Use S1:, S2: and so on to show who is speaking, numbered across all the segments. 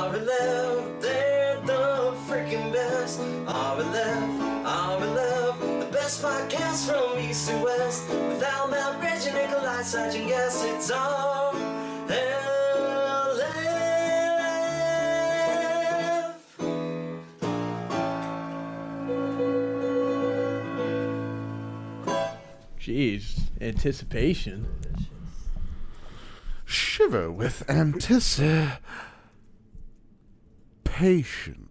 S1: love, they're the freaking best. RLF, RLF, the best podcast from east to west. With Al, Matt, Reggie, Nikolai, Sergeant, yes, it's RLF.
S2: Jeez, anticipation.
S3: Shiver with anticipation.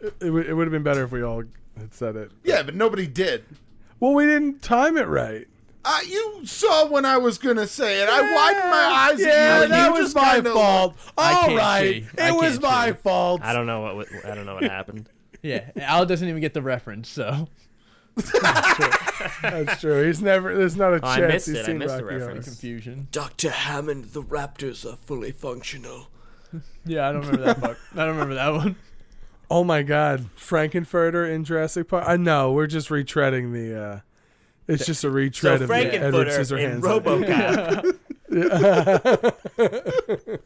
S4: It, it would- it would have been better if we all had said it.
S3: Yeah, but nobody did.
S4: Well, we didn't time it right.
S3: Uh, you saw when I was gonna say it. I widened my eyes.
S4: Yeah,
S3: at you, and
S4: that
S3: you
S4: was
S3: just
S4: my
S3: kinda
S4: fault.
S5: I
S4: All
S5: can't
S4: right,
S5: see. I
S4: it was
S5: can't
S4: my
S5: see.
S4: fault.
S5: I don't know what what- I don't know what happened.
S2: Yeah, Al doesn't even get the reference, so
S4: That's true. He's never. There's not a
S5: Oh, I
S4: chance.
S5: missed
S4: he's
S5: it. I
S4: seen
S5: missed the
S4: Rocky Horror.
S5: reference.
S2: confusion.
S6: Dr. Hammond, the Raptors are fully functional.
S2: Yeah, I don't remember that book. I don't remember that one.
S4: Oh my God, Frankenfurter in Jurassic Park. I know. We're just retreading the. uh It's just a retread
S5: So
S4: of the Edward
S5: Frankenfooter in
S4: Scissorhands.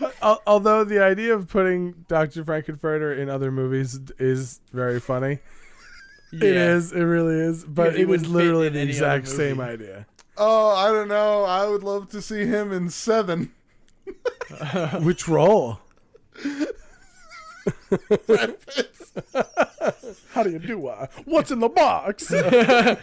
S5: RoboCop.
S4: Al- although the idea of putting Dr. Frankenfurter in other movies d- is very funny. It
S2: Yeah.
S4: is. It really is. But
S2: It- it
S4: it was
S2: wouldn't fit
S4: literally
S2: in
S4: the
S2: any other
S4: exact
S2: movie.
S4: same idea.
S3: Oh, I don't know. I would love to see him in seven.
S4: Which role? How do you do? Uh, what's in the box? what's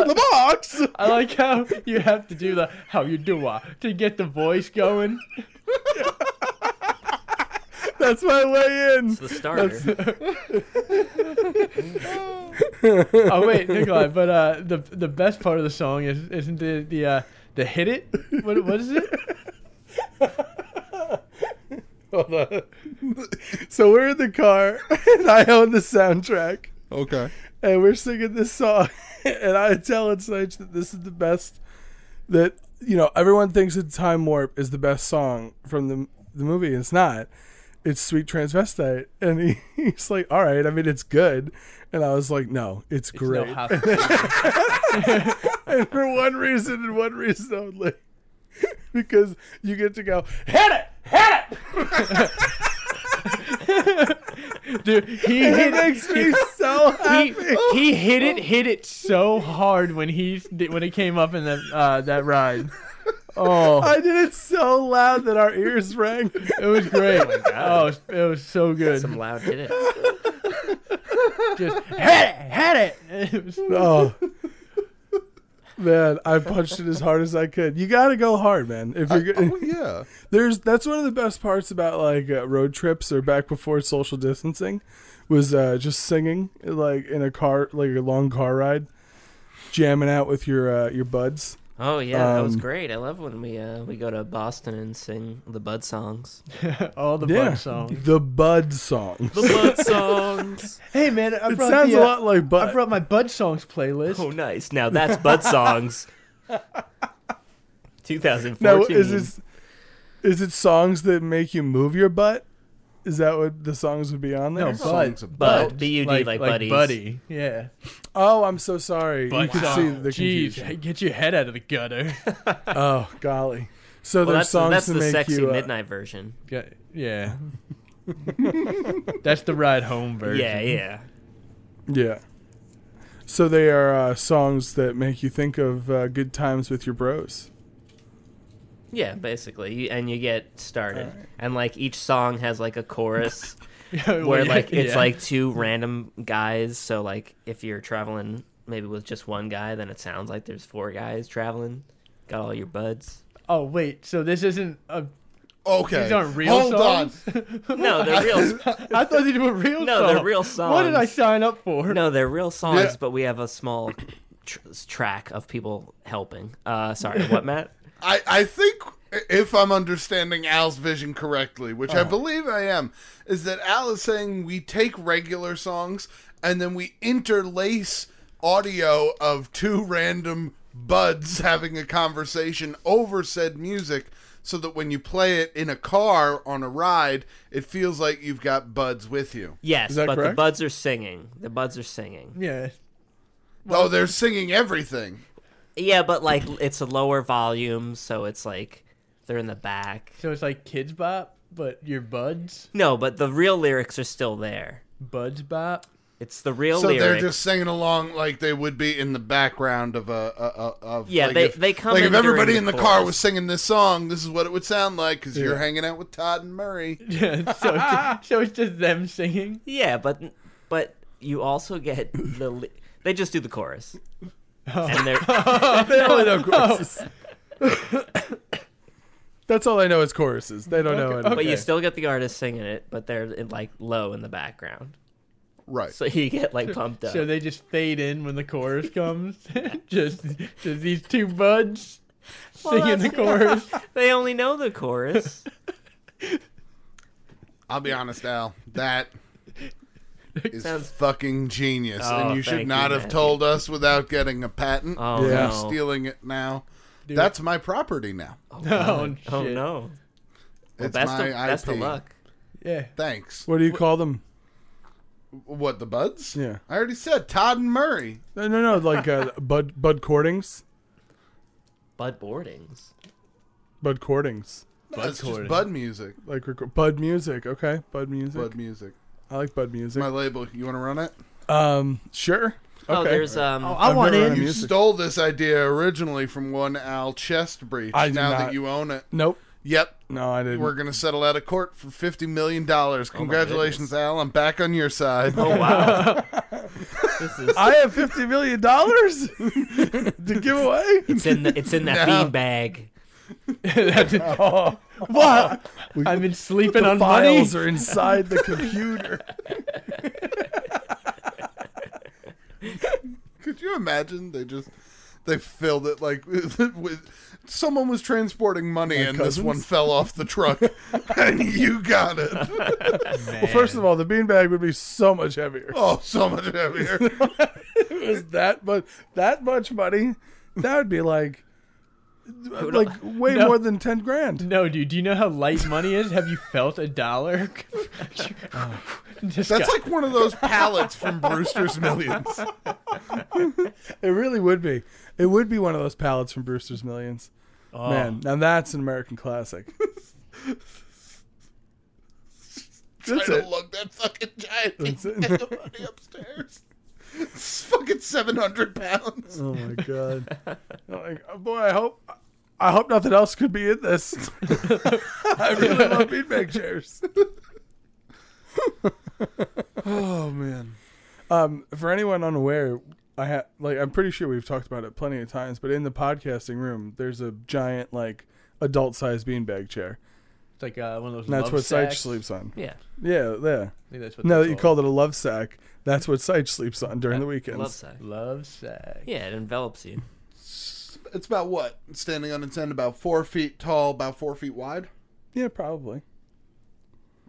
S4: in the box?
S2: I like how you have to do the how you do uh, to get the voice going.
S4: That's my way in.
S5: the starter.
S2: Oh wait, Nikolai, but uh, the the best part of the song is isn't the the uh, the hit it? What what is it?
S4: Hold on. So we're in the car, and I own the soundtrack,
S3: Okay.
S4: and we're singing this song, and I tell Sage that this is the best. That you know, everyone thinks that Time Warp is the best song from the the movie. It's not. It's Sweet Transvestite, and he, he's like, "All right, I mean, it's good," and I was like, "No, it's
S2: It's no
S4: great."
S2: half-
S4: and for one reason and one reason only, because you get to go hit it, hit it.
S2: Dude, he hit
S4: It makes me so happy.
S2: he, he hit it hit it so hard when he when it came up in the uh, that ride. Oh,
S4: I did it so loud that our ears rang.
S2: it was great. Oh, it
S5: God.
S2: was, it was so good.
S5: Some loud hit it.
S2: Just had it, had it. It was-
S4: Oh. Man, I punched it as hard as I could. You got to go hard, man. If you're
S3: Oh
S4: go-
S3: yeah.
S4: there's that's one of the best parts about like uh, road trips or back before social distancing was uh, just singing like in a car like a long car ride, jamming out with your uh, your buds.
S5: Oh yeah, that was
S4: Um,
S5: great. I love when we uh, we go to Boston and sing the Bud songs.
S2: all the
S4: Yeah.
S2: fun songs.
S4: The bud song.
S5: The Bud songs.
S2: Hey man, I
S4: It
S2: brought
S4: sounds
S2: the,
S4: a
S2: uh,
S4: lot like
S2: I
S4: bud.
S2: brought my Bud Songs playlist.
S5: Oh nice. Now that's Bud songs. 2014.
S4: Now, is it is it songs that make you move your butt? Is that what the songs would be on there?
S2: No, Bud.
S5: Bud? B U D like, buddies.
S2: buddy. Yeah.
S4: Oh, I'm so sorry. you
S2: uh,
S4: can see the
S2: Jeez,
S4: confusion.
S2: get your head out of the gutter.
S4: Oh, golly. So
S5: Well,
S4: there's
S5: that's the,
S4: songs
S5: that's
S4: to
S5: the
S4: make
S5: sexy
S4: you uh,
S5: midnight version.
S2: Got- yeah. That's the ride home version.
S5: Yeah, yeah.
S4: Yeah. So they are uh, songs that make you think of uh, good times with your bros.
S5: Yeah, basically, you, and you get started, and like each song has like a chorus
S2: yeah.
S5: where like it's
S2: yeah.
S5: like two random guys. So like if you're traveling maybe with just one guy, then it sounds like there's four guys traveling. Got all your buds.
S2: Oh wait, so this isn't a.
S3: Okay.
S2: These aren't real
S3: Hold
S2: songs.
S5: No, they're real.
S2: I thought these were real.
S5: No,
S2: songs.
S5: they're real
S2: What did I
S5: songs.
S2: sign up for?
S5: No, they're real songs,
S3: Yeah.
S5: but we have a small tr- track of people helping. Uh, sorry, what Matt?
S3: I, I think if I'm understanding Al's vision correctly, which I believe I am, is that Al is saying we take regular songs and then we interlace audio of two random buds having a conversation over said music so that when you play it in a car on a ride, it feels like you've got buds with you.
S5: Yes,
S4: Is that
S5: but the
S4: correct?
S5: buds are singing. The buds are singing.
S2: Yeah.
S3: oh, they're singing everything.
S5: Yeah, but like it's a lower volume, so it's like They're in the back.
S2: So it's like Kids Bop, but your buds,
S5: No, but the real lyrics are still there.
S2: buds bop.
S5: It's the real
S3: So
S5: lyrics.
S3: they're just singing along like they would be in the background of a, a, a of
S5: Yeah,
S3: Like
S5: they-
S3: if,
S5: they come
S3: like
S5: in
S3: if everybody in
S5: during the
S3: the car
S5: chorus.
S3: was singing this song, this is what it would sound like because you're
S4: Yeah.
S3: hanging out with Todd and Murray.
S2: Yeah, so it's, so it's just them singing.
S5: yeah, but but you also get the li- they just do the chorus. And they're
S4: No, no choruses. That's all I know is choruses. They don't know. anything.
S5: but
S2: Okay.
S5: you still get the artist singing it, but they're in, like low in the background.
S3: Right.
S5: So you get like pumped up.
S2: So they just fade in when the chorus comes. just, just these two buds singing the chorus.
S5: they only know the chorus.
S3: I'll be honest, Al. That is
S5: Sounds-
S3: fucking genius,
S5: Oh,
S3: and you
S5: thank
S3: should
S5: you,
S3: not have
S5: Matthew.
S3: told us without getting a patent.
S5: Oh
S4: Yeah.
S5: no.
S3: Stealing it now. That's my property now.
S2: Oh, shit.
S5: Oh no.
S3: it's
S5: That's
S3: my
S5: the that's the
S3: IP.
S5: luck.
S2: Yeah.
S3: Thanks.
S4: What do you call them?
S3: What the buds?
S4: Yeah.
S3: I already said Todd and Murray.
S4: No, no, no. Like uh, bud, bud cordings,
S5: Bud boardings.
S4: bud cordings,
S3: Bud it's just
S2: cording.
S3: Bud music.
S4: like rec- bud music. Okay, bud music.
S3: Bud music.
S4: I like bud music.
S3: My label. You want to run it?
S4: um, sure.
S5: Oh,
S4: Okay.
S5: there's um
S2: I
S4: I've
S2: want
S4: never
S2: in.
S4: had
S3: You
S4: Music.
S3: stole this idea originally from one Al Chestbreach.
S4: I did
S3: now
S4: not.
S3: that you own it.
S4: nope.
S3: Yep.
S4: No, I didn't.
S3: We're gonna settle out of court for fifty million
S4: Oh
S3: dollars. Congratulations, Al. I'm back on your side.
S5: Oh wow. this is
S4: I have fifty million dollars to give away.
S5: it's in the it's in that
S3: No.
S5: bean bag.
S2: That's it. What? I've been sleeping
S4: The
S2: on money.
S4: files are inside the computer.
S3: Could you imagine? They just they filled it like with someone was transporting money and this
S4: cousins?
S3: one fell off the truck and you got it.
S4: Well, first of all, the beanbag would be so much heavier.
S3: Oh, so much heavier.
S4: it was that much that much money that would be like like way
S2: No.
S4: more than 10 grand
S2: No, dude. Do you know how light money is? Have you felt a dollar? Just
S3: That's
S2: got-
S3: like one of those pallets from Brewster's Millions.
S4: it really would be it would be one of those pallets from brewster's millions
S2: Oh,
S4: man now that's an american classic
S3: That's
S4: That's
S3: I
S4: it.
S3: don't lug that fucking giant
S4: That's
S3: thing
S4: it.
S3: money upstairs. It's fucking seven hundred pounds.
S4: oh my god like oh boy i hope i hope nothing else could be in this i really love beanbag chairs
S3: Oh man.
S4: Um, for anyone unaware, I ha- like I'm pretty sure we've talked about it plenty of times, but in the podcasting room, there's a giant like adult-sized beanbag chair,
S2: It's like uh, one of those.
S4: and that's
S2: love
S4: what Seich
S2: sacks.
S4: sleeps on.
S5: Yeah.
S4: Yeah, yeah.
S2: I think that's what
S4: Now
S2: they're
S4: that you called it a love sack, that's what Seich sleeps on during the weekends.
S5: Love sack.
S2: love sack.
S5: Yeah, it envelops you.
S3: It's about what? Standing on its end about four feet tall, about four feet wide?
S4: Yeah, probably.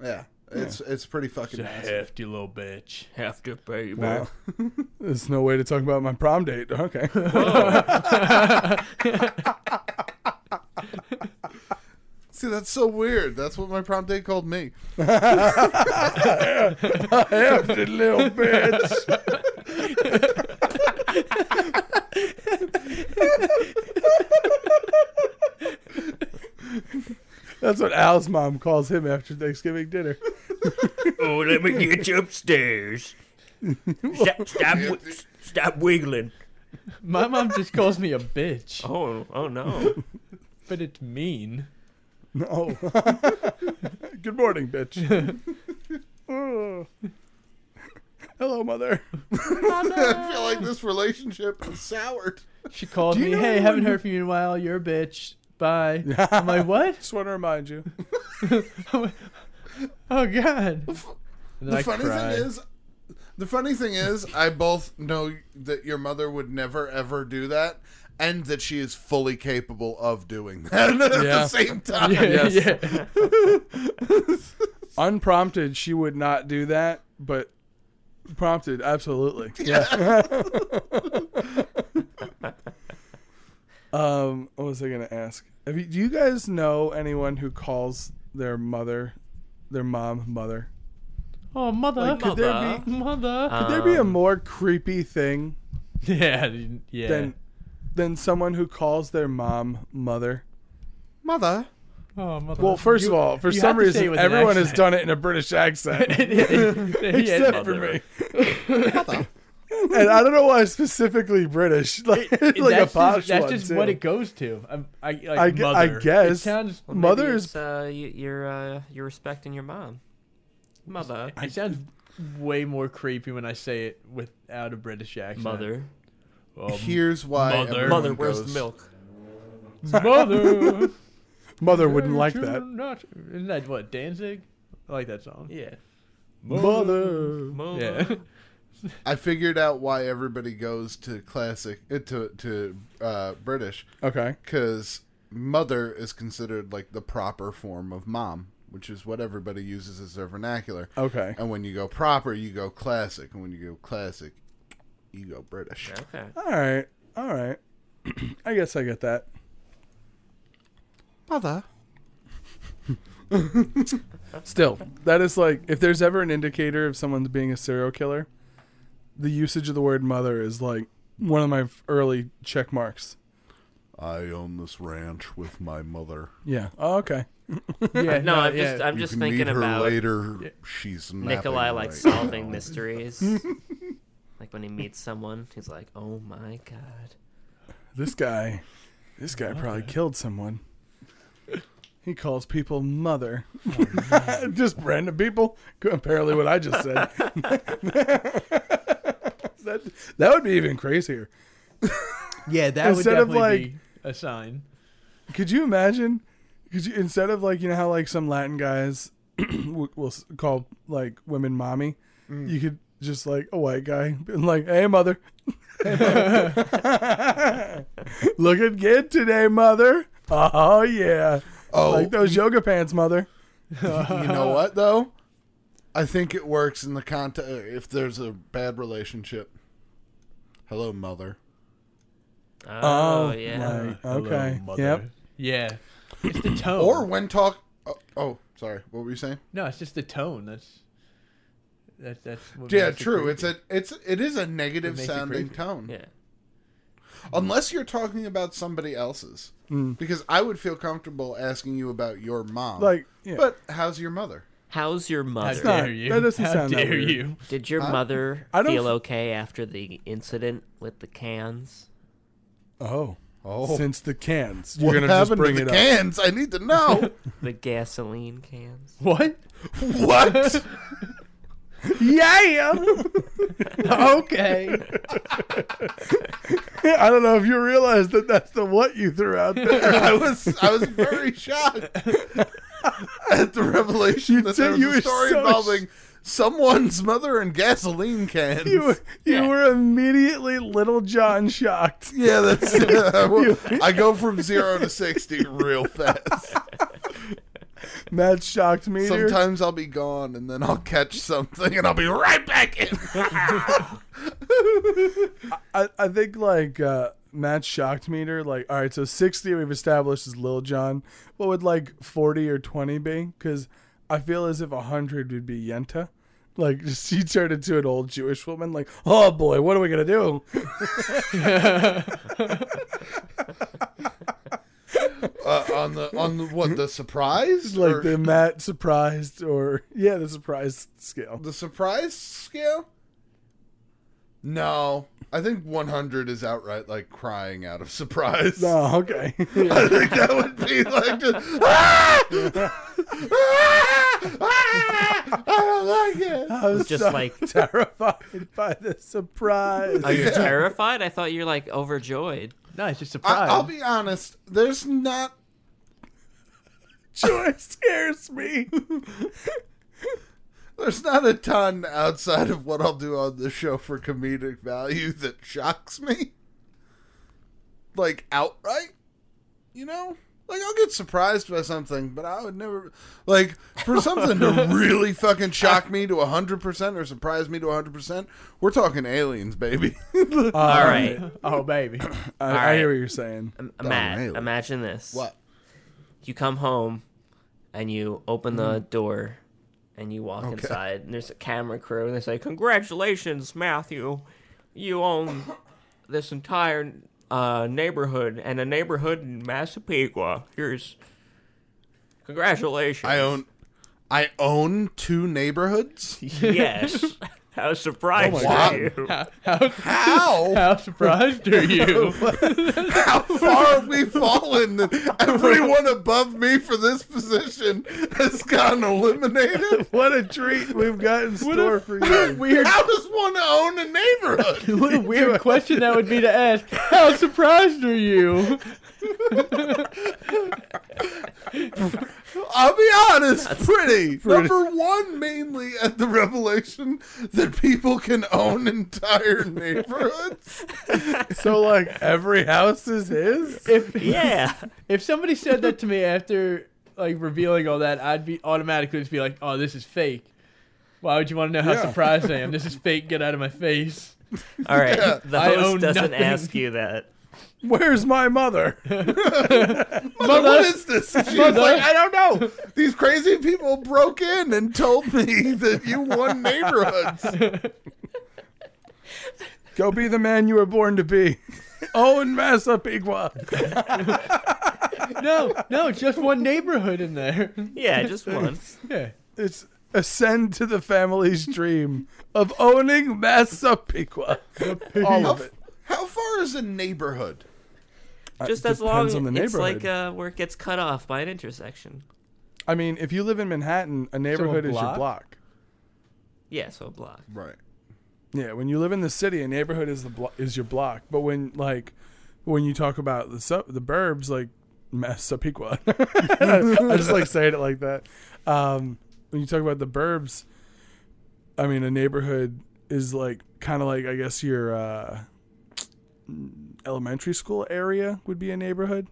S3: Yeah. It's it's pretty fucking massive.
S2: hefty little bitch.
S5: Have to pay
S4: Wow. There's no way to talk about my prom date. Okay.
S3: See, that's so weird. That's what my prom date called me.
S4: Hefty little bitch. That's what Al's mom calls him after Thanksgiving dinner.
S5: Oh, let me get you upstairs. Stop, stop, wi- stop wiggling.
S2: My mom just calls me a bitch,
S5: Oh, oh no.
S2: but it's mean.
S4: No. Oh. Good morning, bitch. Oh. Hello, mother.
S3: I feel like this relationship is soured.
S2: She called
S4: Do you
S2: me,
S4: know
S2: "Hey,
S4: anyone
S2: haven't
S4: who-
S2: heard from you in a while. You're a bitch. Bye." I'm like, "What?
S4: Just want to remind you.
S2: oh God!" And then
S3: The
S2: I
S3: funny
S2: cried.
S3: thing is, the funny thing is, I both know that your mother would never ever do that, and that she is fully capable of doing that at the
S4: Yeah.
S3: same time.
S2: yeah,
S4: Yes.
S2: yeah.
S4: Unprompted, she would not do that, but prompted, absolutely. Yeah. um, what was I gonna ask? Have you, do you guys know anyone who calls their mother, their mom, mother?
S2: Oh, mother,
S4: Could there be?
S2: mother.
S4: Could there be
S2: Um,
S5: Um,
S4: a more creepy thing
S2: yeah, yeah.
S4: than than someone who calls their mom mother?
S3: Mother,
S2: Oh, mother.
S4: Well, first
S2: You-
S4: of all, for
S2: you
S4: some
S2: have to say it
S4: reason,
S2: with an
S4: everyone has
S2: accent.
S4: done it in a British accent,
S2: Yeah,
S4: except for me. and I don't know why specifically British, like, like
S2: that's
S4: a posh
S2: just, that's
S4: one
S2: just
S4: too.
S2: what it goes to. I, I, like,
S4: I gue- I
S2: mother. It
S4: guess.
S2: sounds.
S4: Well, Mother maybe is- it's,
S5: Uh, you, you're uh, you're respecting your mom. Mother.
S2: It sounds way more creepy when I say it without a British accent.
S5: Mother.
S2: Um,
S3: Here's why.
S2: Mother.
S3: everyone
S5: Mother, where's the
S3: goes-
S5: milk?
S2: mother.
S4: Mother wouldn't like
S2: Do
S4: that.
S2: not- Isn't that what Danzig? I like that song.
S5: Yeah.
S4: Mother.
S5: Mother.
S2: Yeah.
S3: I figured out why everybody goes to classic uh, to to uh, British
S4: Okay.
S3: because mother is considered like the proper form of mom, which is what everybody uses as their vernacular.
S4: Okay.
S3: And when you go proper, you go classic, and when you go classic, you go British.
S5: Okay.
S4: All right. All right. I guess I get that.
S3: Mother.
S4: Still, that is like if there's ever an indicator of someone's being a serial killer, the usage of the word mother is like one of my f- early check marks.
S3: I own this ranch with my mother.
S4: Yeah. Oh, okay.
S2: Yeah,
S5: No, I'm just I'm
S3: you
S5: just
S3: can
S5: thinking
S3: meet her
S5: about
S3: later. She's
S5: Nikolai
S3: napping
S5: like
S3: right
S5: solving
S3: now.
S5: mysteries. like when he meets someone, he's like, "Oh my god."
S4: This guy, this guy probably killed someone. He calls people mother. just random people. Apparently, what I just said. that, that would be even crazier.
S2: yeah, that would
S4: Instead of,
S2: definitely be a sign.
S4: Could you imagine? Could you instead of like you know how like some Latin guys will will s- call like women mommy, you could just like a white guy being like, "Hey mother, looking good today, mother. Oh yeah,
S3: Oh,
S4: like those yoga pants, mother.
S3: you know what though? I think it works in the context uh, if there's a bad relationship. Hello, mother.
S5: Oh, yeah.
S4: my- okay,
S2: Hello,
S4: yep.
S2: mother. Yeah. It's the tone.
S3: Or when talk. Oh, oh, sorry. What were you saying?
S2: no, it's just the tone. That's that, that's what
S3: Yeah,
S2: makes it
S3: true.
S2: creepy.
S3: It's a it's it is a negative
S2: makes it
S3: sounding
S2: creepy.
S3: tone.
S5: Yeah.
S3: Unless you're talking about somebody else's, because I would feel comfortable asking you about your mom.
S4: Like, yeah.
S3: but how's your mother?
S5: How's your
S2: How
S5: mother?
S4: not-
S2: dare you?
S4: that doesn't
S2: How
S4: sound that
S2: dare
S4: weird.
S2: you?
S5: Did your mother
S4: I don't
S5: feel
S4: f-
S5: okay after the incident with the cans?
S4: Oh,
S3: Oh,
S4: since the cans,
S3: what
S4: you're gonna
S3: happened
S4: just bring
S3: to
S4: it
S3: the
S4: up.
S3: cans? I need to know.
S5: The gasoline cans?
S2: What?
S3: what?
S4: Yeah,
S2: okay.
S4: I don't know if you realize that that's the what you threw out there.
S3: I was I was very shocked at the revelation
S4: You
S3: that
S4: said
S3: there was
S4: you were
S3: a story
S4: so
S3: involving someone's mother and gasoline cans.
S4: You were, you
S5: Yeah.
S4: were immediately Little John shocked.
S3: yeah, that's. uh, I go from zero to sixty real fast.
S4: Matt shocked me.
S3: Sometimes I'll be gone and then I'll catch something and I'll be right back in.
S4: I, I think like uh, Matt's shocked meter, like all right, so sixty we've established is Lil John. What would like forty or twenty be? Because I feel as if hundred would be Yenta. Like she turned into an old Jewish woman. Like oh boy, what are we gonna do?
S3: Uh, on the on the, what the surprise
S4: Like
S3: Or
S4: the Matt surprised or yeah, the surprise scale.
S3: the surprise scale. No, I think one hundred is outright like crying out of surprise.
S4: Oh okay.
S3: I think that would be like just "Ah! Ah! Ah! I don't like it.
S4: I was
S5: Just
S4: so
S5: like,
S4: terrified by the surprise.
S5: are you terrified? I thought you were like overjoyed.
S2: No, it's just
S3: I,
S2: surprise.
S3: I'll be honest. There's not.
S4: Joy scares me.
S3: There's not a ton outside of what I'll do on the show for comedic value that shocks me. Like outright, you know. Like I'll get surprised by something, but I would never like for something to really fucking shock me to hundred percent or surprise me to hundred percent. We're talking aliens, baby.
S5: All
S4: Um,
S5: right.
S2: oh baby.
S4: I, I
S5: right.
S4: hear what you're saying.
S5: Matt,
S3: really.
S5: imagine this. You come home and you open the
S4: Mm-hmm.
S5: door and you walk inside and there's a camera crew and they say, Congratulations, Matthew. You own this entire uh, neighborhood and a neighborhood in Massapequa. Here's Congratulations.
S3: I own, I own two neighborhoods.
S5: Yes. How
S3: my
S5: surprised are
S3: God.
S5: you?
S3: How?
S2: How surprised are you?
S3: How far have we fallen? that Everyone above me for this position has gotten eliminated.
S4: What a treat we've got in store for you.
S2: Weird.
S3: How does one own a neighborhood?
S2: What a weird question that would be to ask. How surprised are you?
S3: I'll be honest, pretty. Number one, mainly at the revelation that people can own entire neighborhoods.
S4: So like every house is his.
S2: If
S5: Yeah.
S2: if somebody said that to me after like revealing all that, I'd be automatically just be like, "Oh, this is fake." Why would you want to know how
S4: Yeah.
S2: surprised I am? This is fake. Get out of my face.
S5: All right. The
S2: I
S5: host
S2: own
S5: doesn't
S2: nothing.
S5: ask you that.
S4: Where's my mother?
S3: Mother,
S2: Mother.
S3: what is this? She's like, I don't know. These crazy people broke in and told me that you won neighborhoods.
S4: Go be the man you were born to be. Owen Massapequa.
S2: No, no, just one neighborhood in there.
S5: Yeah, just once.
S2: Yeah.
S4: It's ascend to the family's dream of owning Massapequa. All
S3: How,
S4: of it.
S3: how far is a neighborhood?
S5: Just
S4: it
S5: as long
S4: depends on the
S5: it's like
S4: neighborhood.
S5: uh, where it gets cut off by an intersection.
S4: I mean, if you live in Manhattan, a neighborhood is your
S2: block?
S4: block.
S5: Yeah, so a block.
S3: Right.
S4: Yeah, when you live in the city, a neighborhood is the blo- is your block. But when like when you talk about the sub- the burbs, like Massapequa, I just like saying it like that. Um, when you talk about the burbs, I mean a neighborhood is like kind of like I guess your uh, elementary school area would be a neighborhood.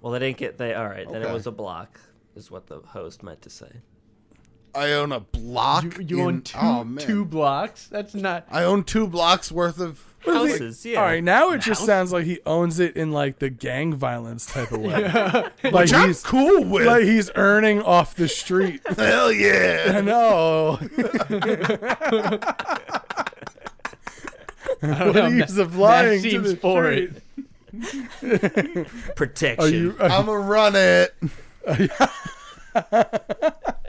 S5: Well, they didn't get. They all right. Then
S3: Okay.
S5: it was a block, is what the host meant to say.
S3: I own a block.
S2: You, you own
S3: in-
S2: two
S3: oh, man.
S2: two blocks. That's not.
S3: I own two blocks worth of.
S5: Houses, yeah.
S4: All right, now it just sounds like he owns it in like the gang violence type of way. Like
S3: Which I'm
S4: he's
S3: cool with.
S4: like he's earning off the street.
S3: Hell
S4: I
S3: yeah.
S4: know.
S2: I don't
S4: What
S2: know,
S4: are you
S2: that-
S4: supplying
S2: that
S4: to
S2: seems
S4: the
S2: for
S4: street?
S2: it.
S5: Protection.
S4: Are you? Are,
S2: uh,
S3: I'm going to run it.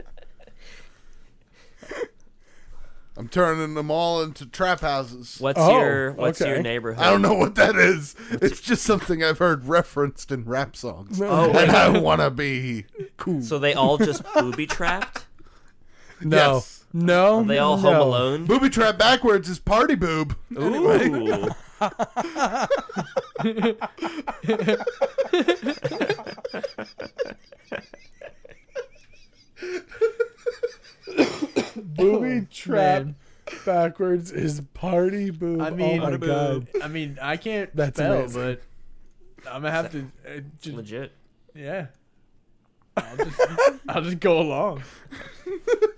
S3: I'm turning them all into trap houses.
S5: What's
S4: Oh,
S5: your What's your
S4: okay.
S5: neighborhood?
S3: I don't know what that is. It's just something I've heard referenced in rap songs.
S5: Oh,
S3: And
S5: wait,
S3: I want to be cool.
S5: so they all just booby trapped?
S4: no,
S3: Yes.
S4: no.
S5: They all
S4: no.
S5: home alone?
S3: Booby trap backwards is party boob.
S5: Ooh.
S3: Oh,
S4: Booby trap
S2: man.
S4: backwards is party boob.
S2: I mean,
S4: oh my god.
S2: I mean, I can't
S4: That's
S2: spell,
S4: amazing.
S2: but I'm gonna have to. Uh, just,
S5: Legit.
S2: Yeah. I'll just, I'll just go along.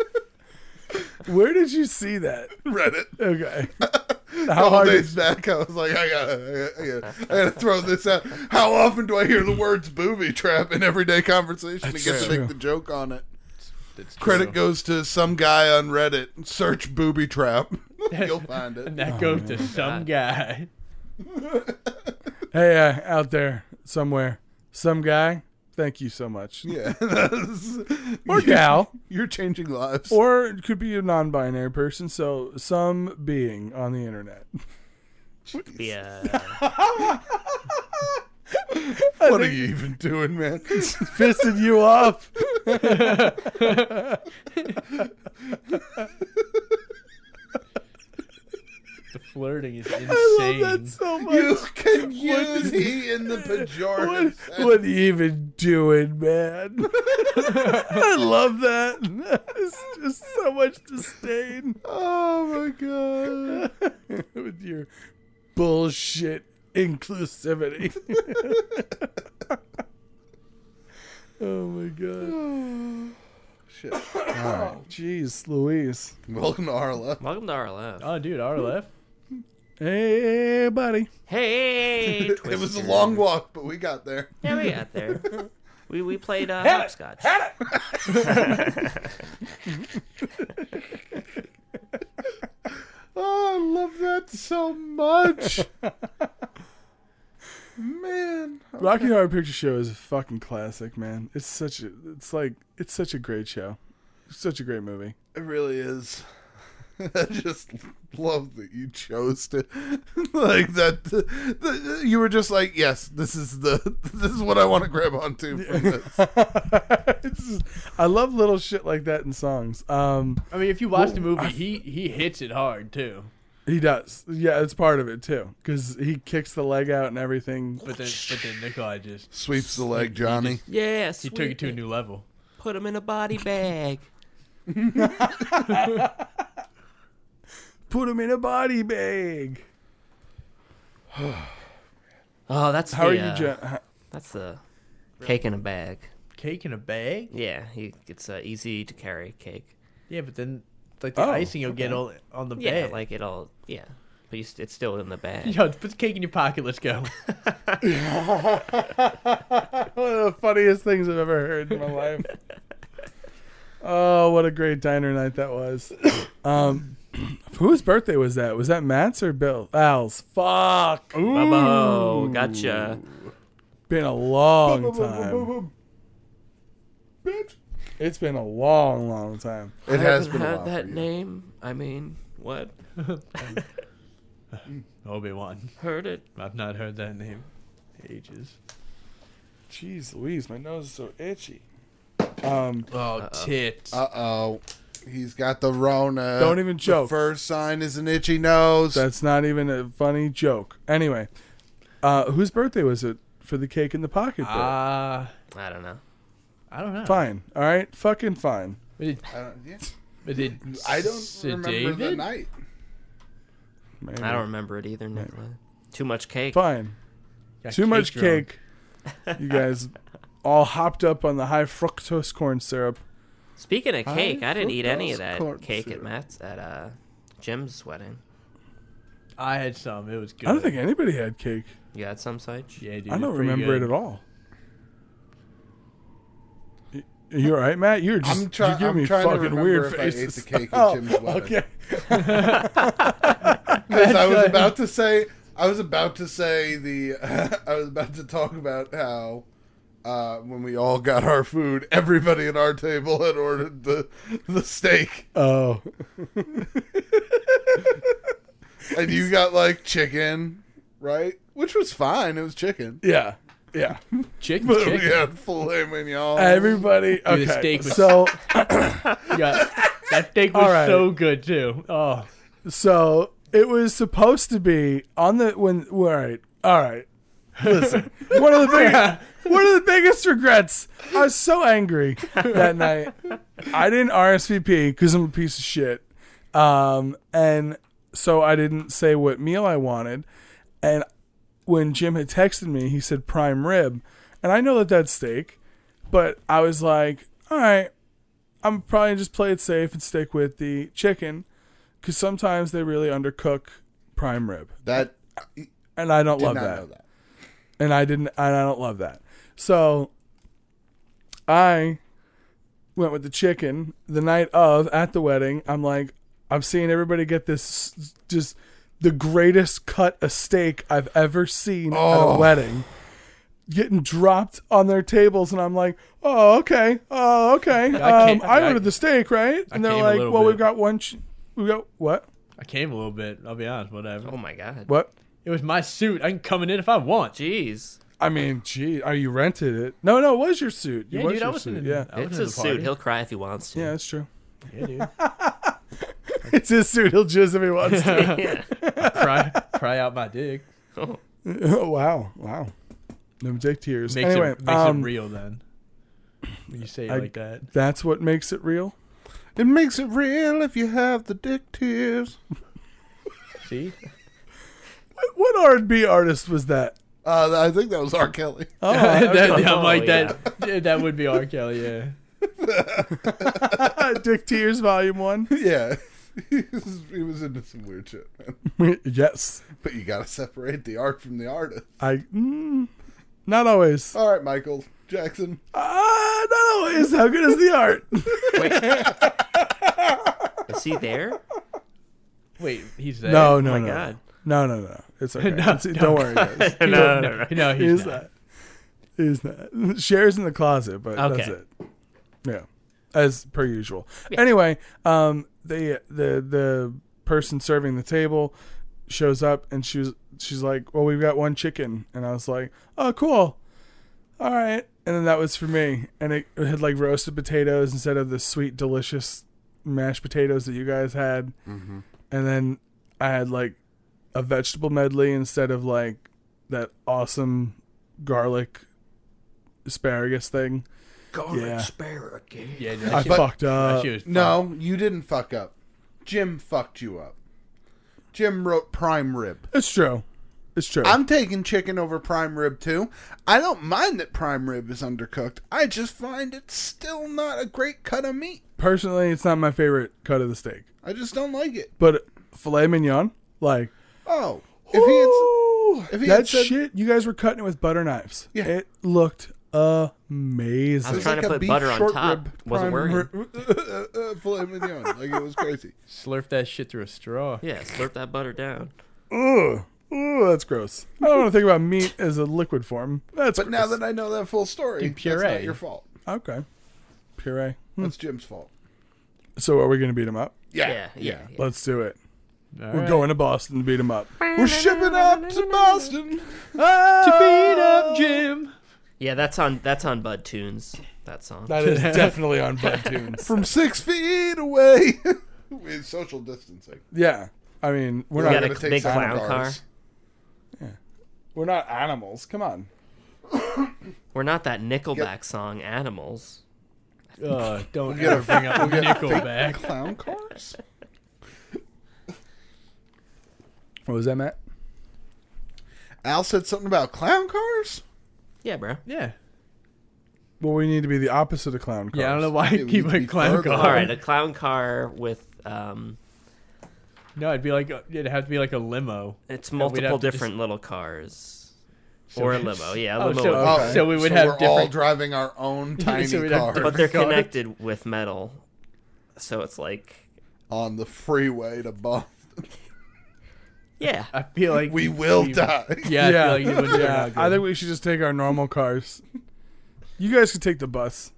S4: Where did you see that?
S3: Reddit.
S4: Okay.
S3: A
S4: How
S3: couple
S4: hard?
S3: days
S4: Is,
S3: back, I was like, I gotta, I gotta, I gotta throw this out. How often do I hear the words "booby trap" in everyday conversation and get to
S4: true.
S3: make the joke on it?
S2: That's
S3: Credit goes to some guy on Reddit. Search "booby trap," you'll find
S2: And
S3: it.
S2: that goes to some guy.
S4: hey, uh, out there somewhere, some guy. Thank you so much.
S3: Yeah, that's-
S4: Or
S3: you're,
S4: gal,
S3: you're changing lives.
S4: or it could be a non-binary person. So some being on the internet.
S5: Yeah.
S3: what are you even doing, man?
S4: pissing you off.
S2: The flirting is
S4: I
S2: insane.
S4: love that so much.
S3: you can use he in the pejorative.
S4: What,
S3: sense.
S4: what are you even doing, man? I love that. It's just so much disdain. Oh my god. With your bullshit inclusivity. oh my god.
S3: Shit. All right.
S4: Jeez Louise.
S3: Welcome to Arla.
S5: Welcome to our left.
S2: Oh, dude, our left.
S4: Hey buddy.
S5: Hey,
S3: It was a long walk, but we got there.
S5: Yeah, we got there. We we played uh, hopscotch.
S3: Oh, I love that so much. Man.
S4: Rocky Horror Picture Show is a fucking classic, man. It's such a, it's like, it's such a great show. It's such a great movie.
S3: It really is. I just love that you chose to like that. that- you were just like, yes, this is the this is what I want to grab onto from this.
S4: It's just- I love little shit like that in songs. Um,
S2: I mean, if you watch the movie, he he hits it hard too.
S4: he does, yeah, it's part of it too, because he kicks the leg out and everything.
S2: But then, but then Nikolai just
S3: Sweeps the leg, Johnny.
S5: Yeah,
S2: he
S5: sweep
S2: took it to a
S5: it.
S2: new level.
S5: Put him in a body bag.
S4: Put him in a body bag.
S5: Oh, that's
S4: How
S5: the,
S4: are
S5: uh,
S4: you, John?
S5: That's the cake in a bag.
S2: Cake in a bag.
S5: Yeah, he, it's uh, easy to carry cake.
S2: Yeah, but then like the
S4: Oh,
S2: icing will get all on the
S5: Yeah,
S2: bag.
S5: uh, like it all. Yeah, but you, s- it's still in the bag.
S2: Yo, put the cake in your pocket. Let's go.
S4: One of the funniest things I've ever heard in my life. Oh, what a great diner night that was. Um, whose birthday was that? Was that Matt's or Bill? Al's. Fuck.
S5: Bubbo, gotcha.
S4: Been a long time.
S3: Bitch.
S4: It's been a long, long time.
S3: It
S5: I
S3: has
S5: haven't
S3: been a
S5: had
S3: while
S5: that
S3: for you.
S5: name. I mean, what?
S2: Obi Wan.
S5: Heard it?
S2: I've not heard that name. Ages.
S4: Jeez Louise, my nose is so itchy. Um,
S2: Oh, tits.
S3: Uh oh. He's got the Rona.
S4: Don't even joke.
S3: The first sign is an itchy nose.
S4: that's not even a funny joke. Anyway, uh, whose birthday was it for the cake in the pocket? bit?
S5: Uh,
S2: Ah,
S4: Uh,
S5: I don't know.
S2: I don't know.
S4: fine. All right. Fucking fine.
S2: Is it,
S3: I don't, yeah.
S2: is it
S3: I don't
S2: Sir
S3: remember the
S2: David?
S3: night.
S4: Maybe.
S5: I don't remember it either, Nicola. Too much cake.
S4: Fine.
S2: Got
S4: Too much
S2: drunk.
S4: cake. You guys all hopped up on the high fructose corn syrup.
S5: Speaking of cake, I didn't eat any of
S3: fructose
S5: that
S3: corn
S5: cake
S3: syrup.
S5: at Matt's at uh, Jim's wedding.
S2: I had some. It was good.
S4: I don't think anybody had cake.
S5: You had some, Sage?
S2: Yeah, dude.
S4: I don't remember it at all. Y- You all right, Matt? You're just
S3: I'm try-
S4: you give
S3: I'm
S4: me
S3: trying to
S4: fucking
S3: remember
S4: weird
S3: if I ate the
S4: faces.
S3: cake at
S4: Oh,
S3: Jim's wedding.
S4: Okay.
S3: Because I was about to say, I was about to say the, I was about to talk about how, uh, when we all got our food, everybody at our table had ordered the the steak,
S4: Oh,
S3: and you got like chicken, right? Which was fine. It was chicken,
S4: yeah, yeah.
S2: Chicken.
S3: but we
S2: chicken.
S3: had filet mignon.
S4: Everybody.
S2: the
S4: Okay.
S2: steak was-
S4: so
S2: Yeah. That steak was
S4: All right.
S2: so good too. Oh,
S4: so it was supposed to be on the when. All right. All right. Listen, one of the biggest, one of the biggest regrets. I was so angry that night. I didn't RSVP because I'm a piece of shit, um, and so I didn't say what meal I wanted. And when Jim had texted me, he said prime rib, and I know that that's steak, but I was like, all right, I'm probably just play it safe and stick with the chicken because sometimes they really undercook prime rib,
S3: that
S4: and I don't
S3: did
S4: love
S3: not
S4: that
S3: know that.
S4: and I didn't and I don't love that. So I went with the chicken the night of at the wedding. I'm like I'm seeing everybody get this s- just the greatest cut of steak I've ever seen at a wedding. Getting dropped on their tables, and I'm like, "Oh, okay, oh, okay."
S2: I
S4: Um,
S2: came-
S4: I
S2: I-
S4: ordered the steak, right? And they're
S2: came a
S4: like,
S2: little
S4: "Well,
S2: bit.
S4: we've got one. Ch- we got what?
S2: I came a little bit. I'll be honest. Whatever.
S5: Oh my god.
S4: What?
S2: It was my suit. I can come in if I want.
S5: Jeez.
S4: I mean, gee, are you rented it? No, no, it was your suit. It
S2: Yeah,
S4: was
S2: dude.
S4: your
S2: I was
S4: suit.
S2: in.
S4: yeah,
S2: I was
S5: it's
S2: in
S5: his
S2: the
S5: suit.
S2: party.
S5: He'll cry if he wants to.
S4: yeah, that's true.
S2: Yeah, dude.
S4: It's his suit. He'll jizz if he wants to.
S5: Yeah.
S2: Cry, cry out my dick.
S4: oh, wow. Wow. Them dick tears.
S2: Makes
S4: anyway,
S2: it makes
S4: um,
S2: it real then. When you say it
S4: I-
S2: like that.
S4: that's what makes it real.
S3: It makes it real if you have the dick tears.
S2: See?
S4: What- What R&B artist was that?
S3: Uh, I think that was R. Kelly.
S4: Oh,
S2: that,
S5: okay.
S2: I'm like
S5: Oh,
S2: that. yeah, That would be R. Kelly. Yeah.
S4: okay. Dick Tears Volume 1.
S3: yeah, he was, he was into some weird shit, man.
S4: yes.
S3: But you gotta separate the art from the artist.
S4: I mm, not always.
S3: All right, Michael Jackson.
S4: Ah, not always. How good is the art?
S5: Is he there?
S2: Wait, he's there.
S4: no,
S5: oh
S4: no,
S5: my
S2: Oh
S4: no.
S5: god.
S4: No, no, no. It's okay. It's- don't worry, guys.
S5: no, no, no, no.
S2: No, he's
S4: He's
S2: not.
S4: not. He's not. Shares in the closet, but that's
S5: Okay.
S4: it. Yeah, as per usual. Anyway, um, they the the person serving the table shows up and she was she's like, "Well, we've got one chicken," and I was like, "Oh, cool, all right." And then that was for me, and it, it had like roasted potatoes instead of the sweet, delicious mashed potatoes that you guys had, and then I had like a vegetable medley instead of like that awesome garlic asparagus thing.
S6: Garlic
S4: Yeah.
S6: asparagus.
S2: Yeah,
S4: I
S2: that shit-
S4: fucked
S2: that
S4: up.
S2: shit was fucked.
S3: No, you didn't fuck up. Jim fucked you up. Jim wrote prime rib.
S4: It's true. It's true.
S3: I'm taking chicken over prime rib too. I don't mind that prime rib is undercooked. I just find it's still not a great cut of meat.
S4: Personally, it's not my favorite cut of the steak,
S3: I just don't like it.
S4: but filet mignon, like
S3: Oh, if he had,
S4: Ooh,
S3: if he
S4: that
S3: had said-
S4: shit, you guys were cutting it with butter knives.
S3: Yeah.
S4: it looked
S5: I
S4: amazing.
S5: was trying
S3: like
S5: to
S3: a
S5: put
S3: beef
S5: butter on
S3: short
S5: top.
S3: rib
S5: Wasn't working.
S3: uh, filet mignon, like it was crazy.
S2: Slurp that shit through a straw.
S5: Yeah, slurp that butter down.
S4: Ugh. Ooh, that's gross. I don't want to think about meat as a liquid form. That's
S3: But now that I know that full story,
S2: You
S3: that's not
S2: puree. Hmm.
S3: your fault.
S4: okay, puree.
S3: That's Jim's fault.
S4: So are we gonna beat him up?
S5: Yeah, yeah. yeah.
S4: Let's do it.
S2: All
S4: We're
S2: right.
S4: going to Boston to beat him up.
S3: We're shipping up to Boston.
S2: to beat up Jim.
S5: Yeah, that's on that's on Bud Tunes. That song.
S4: That is definitely on Bud Tunes.
S3: from six feet away with social distancing.
S4: Yeah, I mean we're
S5: We
S4: not
S5: got a big clown car.
S4: we're not animals. Come on.
S5: We're not that Nickelback song, Animals.
S2: Oh, don't ever bring up Nickelback.
S3: Clown cars?
S4: What was that, Matt?
S3: Al said something about clown cars.
S5: Yeah, bro.
S4: Um,
S2: Yeah.
S4: Well, we need to be the opposite of clown cars.
S2: Yeah, I don't know why I
S3: It
S2: keep
S3: would
S2: a
S3: be
S2: clown
S3: further.
S2: car.
S5: All right, a clown car with um,
S2: No, it'd be like a- it'd have to be like a limo.
S5: it's
S2: we'd have
S5: multiple
S2: to just-
S5: different little cars. Or a limo, yeah, a
S2: Oh,
S5: limo.
S2: so,
S5: would-
S4: Okay.
S2: so we would
S3: so
S2: have
S3: we're all
S2: different.
S3: driving our own tiny
S2: So we'd have
S3: cars
S5: but they're
S2: God.
S5: connected with metal, so it's like,
S3: on the freeway to Boston.
S5: yeah,
S2: I feel like
S3: We will
S2: we-
S3: die.
S2: Yeah,
S4: Yeah.
S2: I feel like it would
S4: Yeah, I think we should just take our normal cars. You guys could take the bus.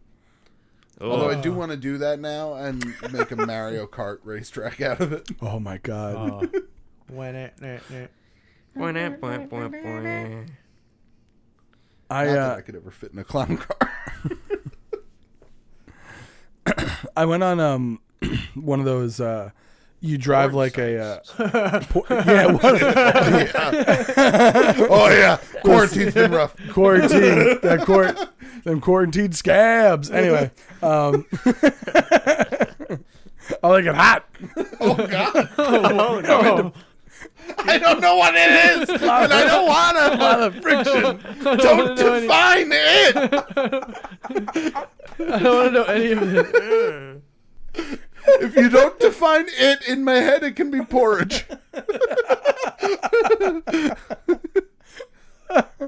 S3: Although
S5: oh,
S3: I do want to do that now and make a Mario Kart racetrack out of it.
S4: Oh my god.
S2: When it, it, it.
S4: I
S3: Not that
S4: uh,
S3: I could ever fit in a clown car.
S4: I went on um one of those uh you drive like a uh, por- yeah what,
S3: oh yeah, quarantine's been rough.
S4: quarantine that court them quarantined scabs anyway um I like it hot
S3: Oh god,
S2: Oh no!
S3: I don't know what it is, and I don't wanna.
S2: I don't wanna
S3: Don't
S2: know any-
S3: define it.
S2: I don't want to know any of this.
S3: If you don't define it in my head, it can be porridge.
S4: uh,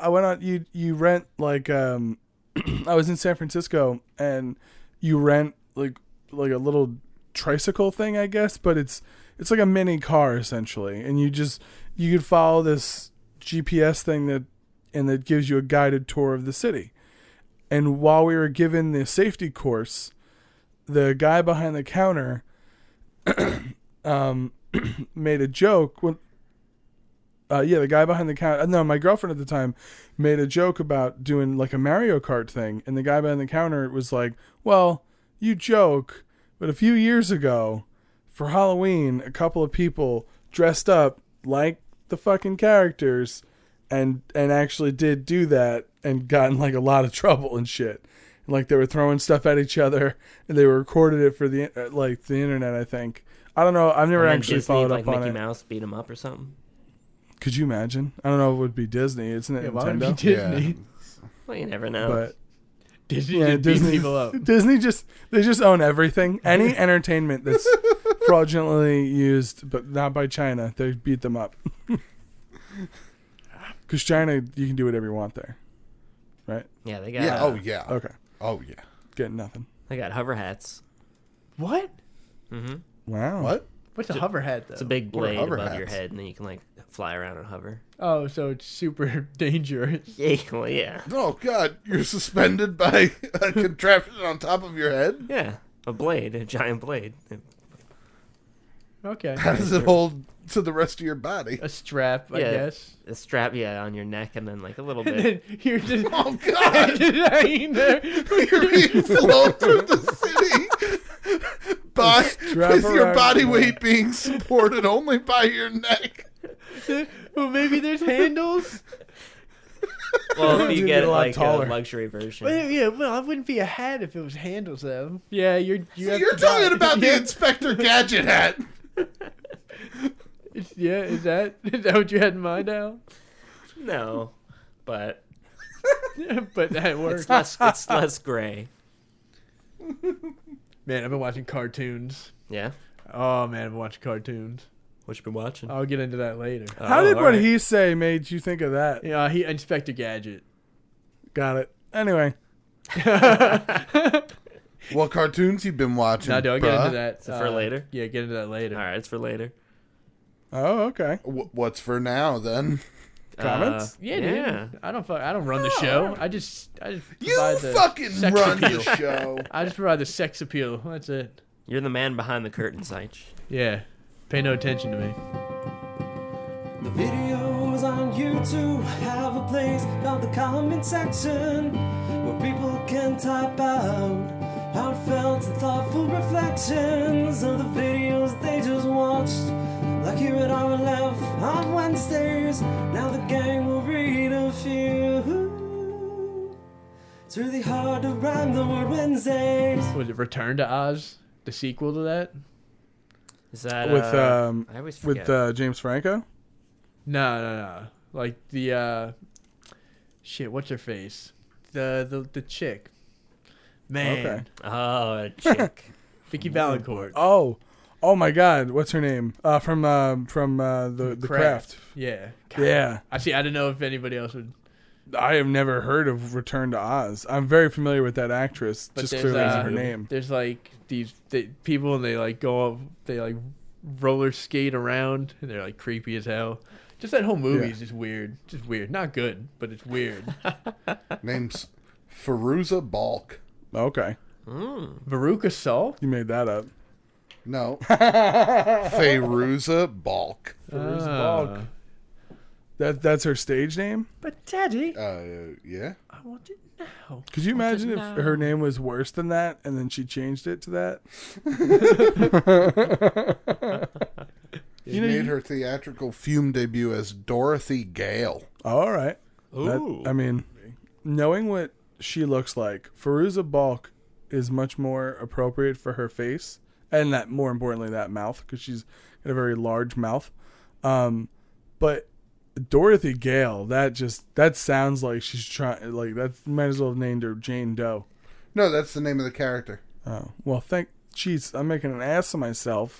S4: I went on you you rent like um I was in San Francisco and you rent like like a little tricycle thing I guess but it's it's like a mini car essentially and you just you could follow this GPS thing that and that gives you a guided tour of the city and while we were given the safety course the guy behind the counter um made a joke when uh, yeah, the guy behind the counter. No, my girlfriend at the time made a joke about doing like a Mario Kart thing, and the guy behind the counter was like, "Well, you joke, but a few years ago, for Halloween, a couple of people dressed up like the fucking characters, and and actually did do that and got in like a lot of trouble and shit. Like they were throwing stuff at each other, and they recorded it for the uh, like the internet. I think I don't know. I've never
S5: And then
S4: actually
S5: Disney,
S4: followed
S5: like
S4: up on
S5: Mickey
S4: it.
S5: Mouse beat him up or something.
S4: Could you imagine? I don't know. if It would be Disney, isn't it?
S2: Yeah, why would it be
S4: Nintendo.
S2: Disney?
S5: Well, you never know.
S4: But
S2: Disney
S4: yeah,
S2: just beat
S4: Disney.
S2: people up.
S4: Disney just they just own everything. Any entertainment that's fraudulently used, but not by China, they beat them up. Because China, you can do whatever you want there, right?
S5: yeah, they got
S3: Yeah. Oh yeah.
S4: Okay,
S3: Oh yeah.
S4: get nothing.
S5: they got hover hats.
S2: What?
S4: Wow.
S3: What?
S2: What's a hover hat though?
S5: It's a big blade
S3: hover
S5: above your
S3: hats.
S5: head, and then you can like fly around and hover.
S2: oh, so it's super dangerous.
S5: Yeah, well, yeah,
S3: Oh God, you're suspended by a contraption on top of your head.
S5: yeah. A blade, a giant blade.
S2: Okay.
S3: How does it hold to the rest of your body?
S2: A strap, I
S5: Yeah.
S2: guess.
S5: A strap, yeah, on your neck, and then like a little
S2: And
S5: bit.
S2: then you're just
S3: Oh God,
S2: hanging there.
S3: you're being flown through the city by
S4: strap
S3: with your
S4: around
S3: body
S4: your
S3: weight being supported only by your neck.
S2: Well, maybe there's handles.
S5: Well, if you
S4: Dude,
S5: get
S4: you're a lot
S5: like
S4: taller.
S5: a luxury version.
S2: Well, yeah, well, I wouldn't be a hat if it was handles though. Yeah, you're you have to
S3: You're
S2: buy-
S3: talking about the
S2: yeah,
S3: Inspector Gadget hat.
S2: it's- yeah. Is that is that what you had in mind, Al?
S5: No, but
S2: but that works.
S5: it's less it's less gray.
S2: Man, I've been watching cartoons.
S5: Yeah.
S2: Oh man, I've been watching cartoons.
S5: What you been watching? Oh,
S2: I'll get into that later.
S4: Uh, How did what
S5: alright.
S4: he say made you think of that?
S2: Oh, Yeah, uh, he Inspector Gadget.
S4: Got it. Anyway,
S3: What cartoons you been watching?
S2: No, do I get
S3: bruh?
S2: into that uh,
S5: it for later?
S2: Yeah, get into that later.
S5: All right, it's for later.
S4: oh okay.
S3: Wh- What's for now then?
S5: Uh,
S4: Comments?
S2: Yeah, dude. I don't fuck, I don't run the show. I just I just
S3: You
S2: provide the
S3: fucking
S2: sex
S3: run
S2: appeal.
S3: the show.
S2: I just provide the sex appeal. That's it.
S5: You're the man behind the curtain, Seich.
S2: Yeah. Pay no attention to me.
S1: The videos on YouTube have a place called the comment section where people can type out heartfelt and thoughtful reflections of the videos they just watched. Like here at our left on Wednesdays, now the gang will read a few. It's really hard to rhyme the word Wednesdays.
S2: Was it Return to Oz? The sequel to that?
S5: Is that
S4: With
S5: uh,
S4: um
S5: I always forget.
S4: with uh, James Franco.
S2: No, no, no. Like the uh shit, what's her face? The the the chick. Man.
S4: Okay.
S5: oh a chick.
S2: Vicky Valancourt.
S4: Oh, oh my God! What's her name? Uh, from um from uh, the the craft.
S2: Yeah.
S4: Yeah,
S2: I see I don't know if anybody else would
S4: I have never heard of Return to Oz. I'm very familiar with that actress.
S2: But
S4: just
S2: there's,
S4: clearly isn't
S2: uh,
S4: her name.
S2: there's like these they, people and they like go up they like roller skate around and they're like creepy as hell just that whole movie
S4: Yeah.
S2: is just weird just weird not good but it's weird
S3: Name's Feruza Balk.
S4: Okay,
S2: veruca salt
S4: you made that up.
S3: No. Feruza Balk.
S2: Ah.
S4: Balk. That that's her stage name.
S2: but daddy
S3: Uh, yeah.
S2: i want it now
S4: Could you imagine if her name was worse than that, and then she changed it to that?
S3: She made her theatrical film debut as Dorothy Gale.
S4: Oh, All right. That-
S5: Ooh.
S4: I mean, knowing what she looks like, Feruza Balk is much more appropriate for her face, and that more importantly, that mouth, because she's got a very large mouth. Um, but Dorothy Gale, that just that sounds like she's trying. Like that might as well have named her Jane Doe.
S3: No, that's the name of the character.
S4: Oh well, thank. Jeez, I'm making an ass of myself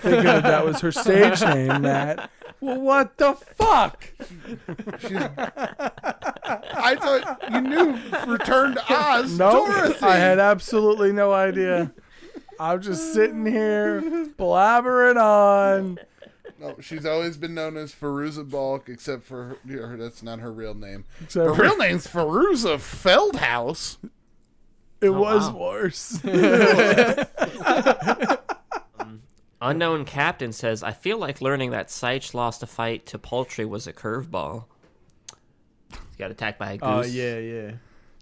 S4: thinking that that was her stage name, Matt. Well, what the fuck?
S3: She's... I thought you knew Return to Oz.
S4: No,
S3: Dorothy.
S4: I had absolutely no idea. I'm just sitting here blabbering on.
S3: No, she's always been known as Feruza Balk, except for her, her- that's not her real name.
S4: Except
S3: her
S4: for-
S3: real name's Feruza Feldhouse.
S4: It
S2: Oh,
S4: was worse.
S5: Unknown captain says, "I feel like learning that Seich lost a fight to poultry was a curveball." He got attacked by a goose.
S2: oh yeah yeah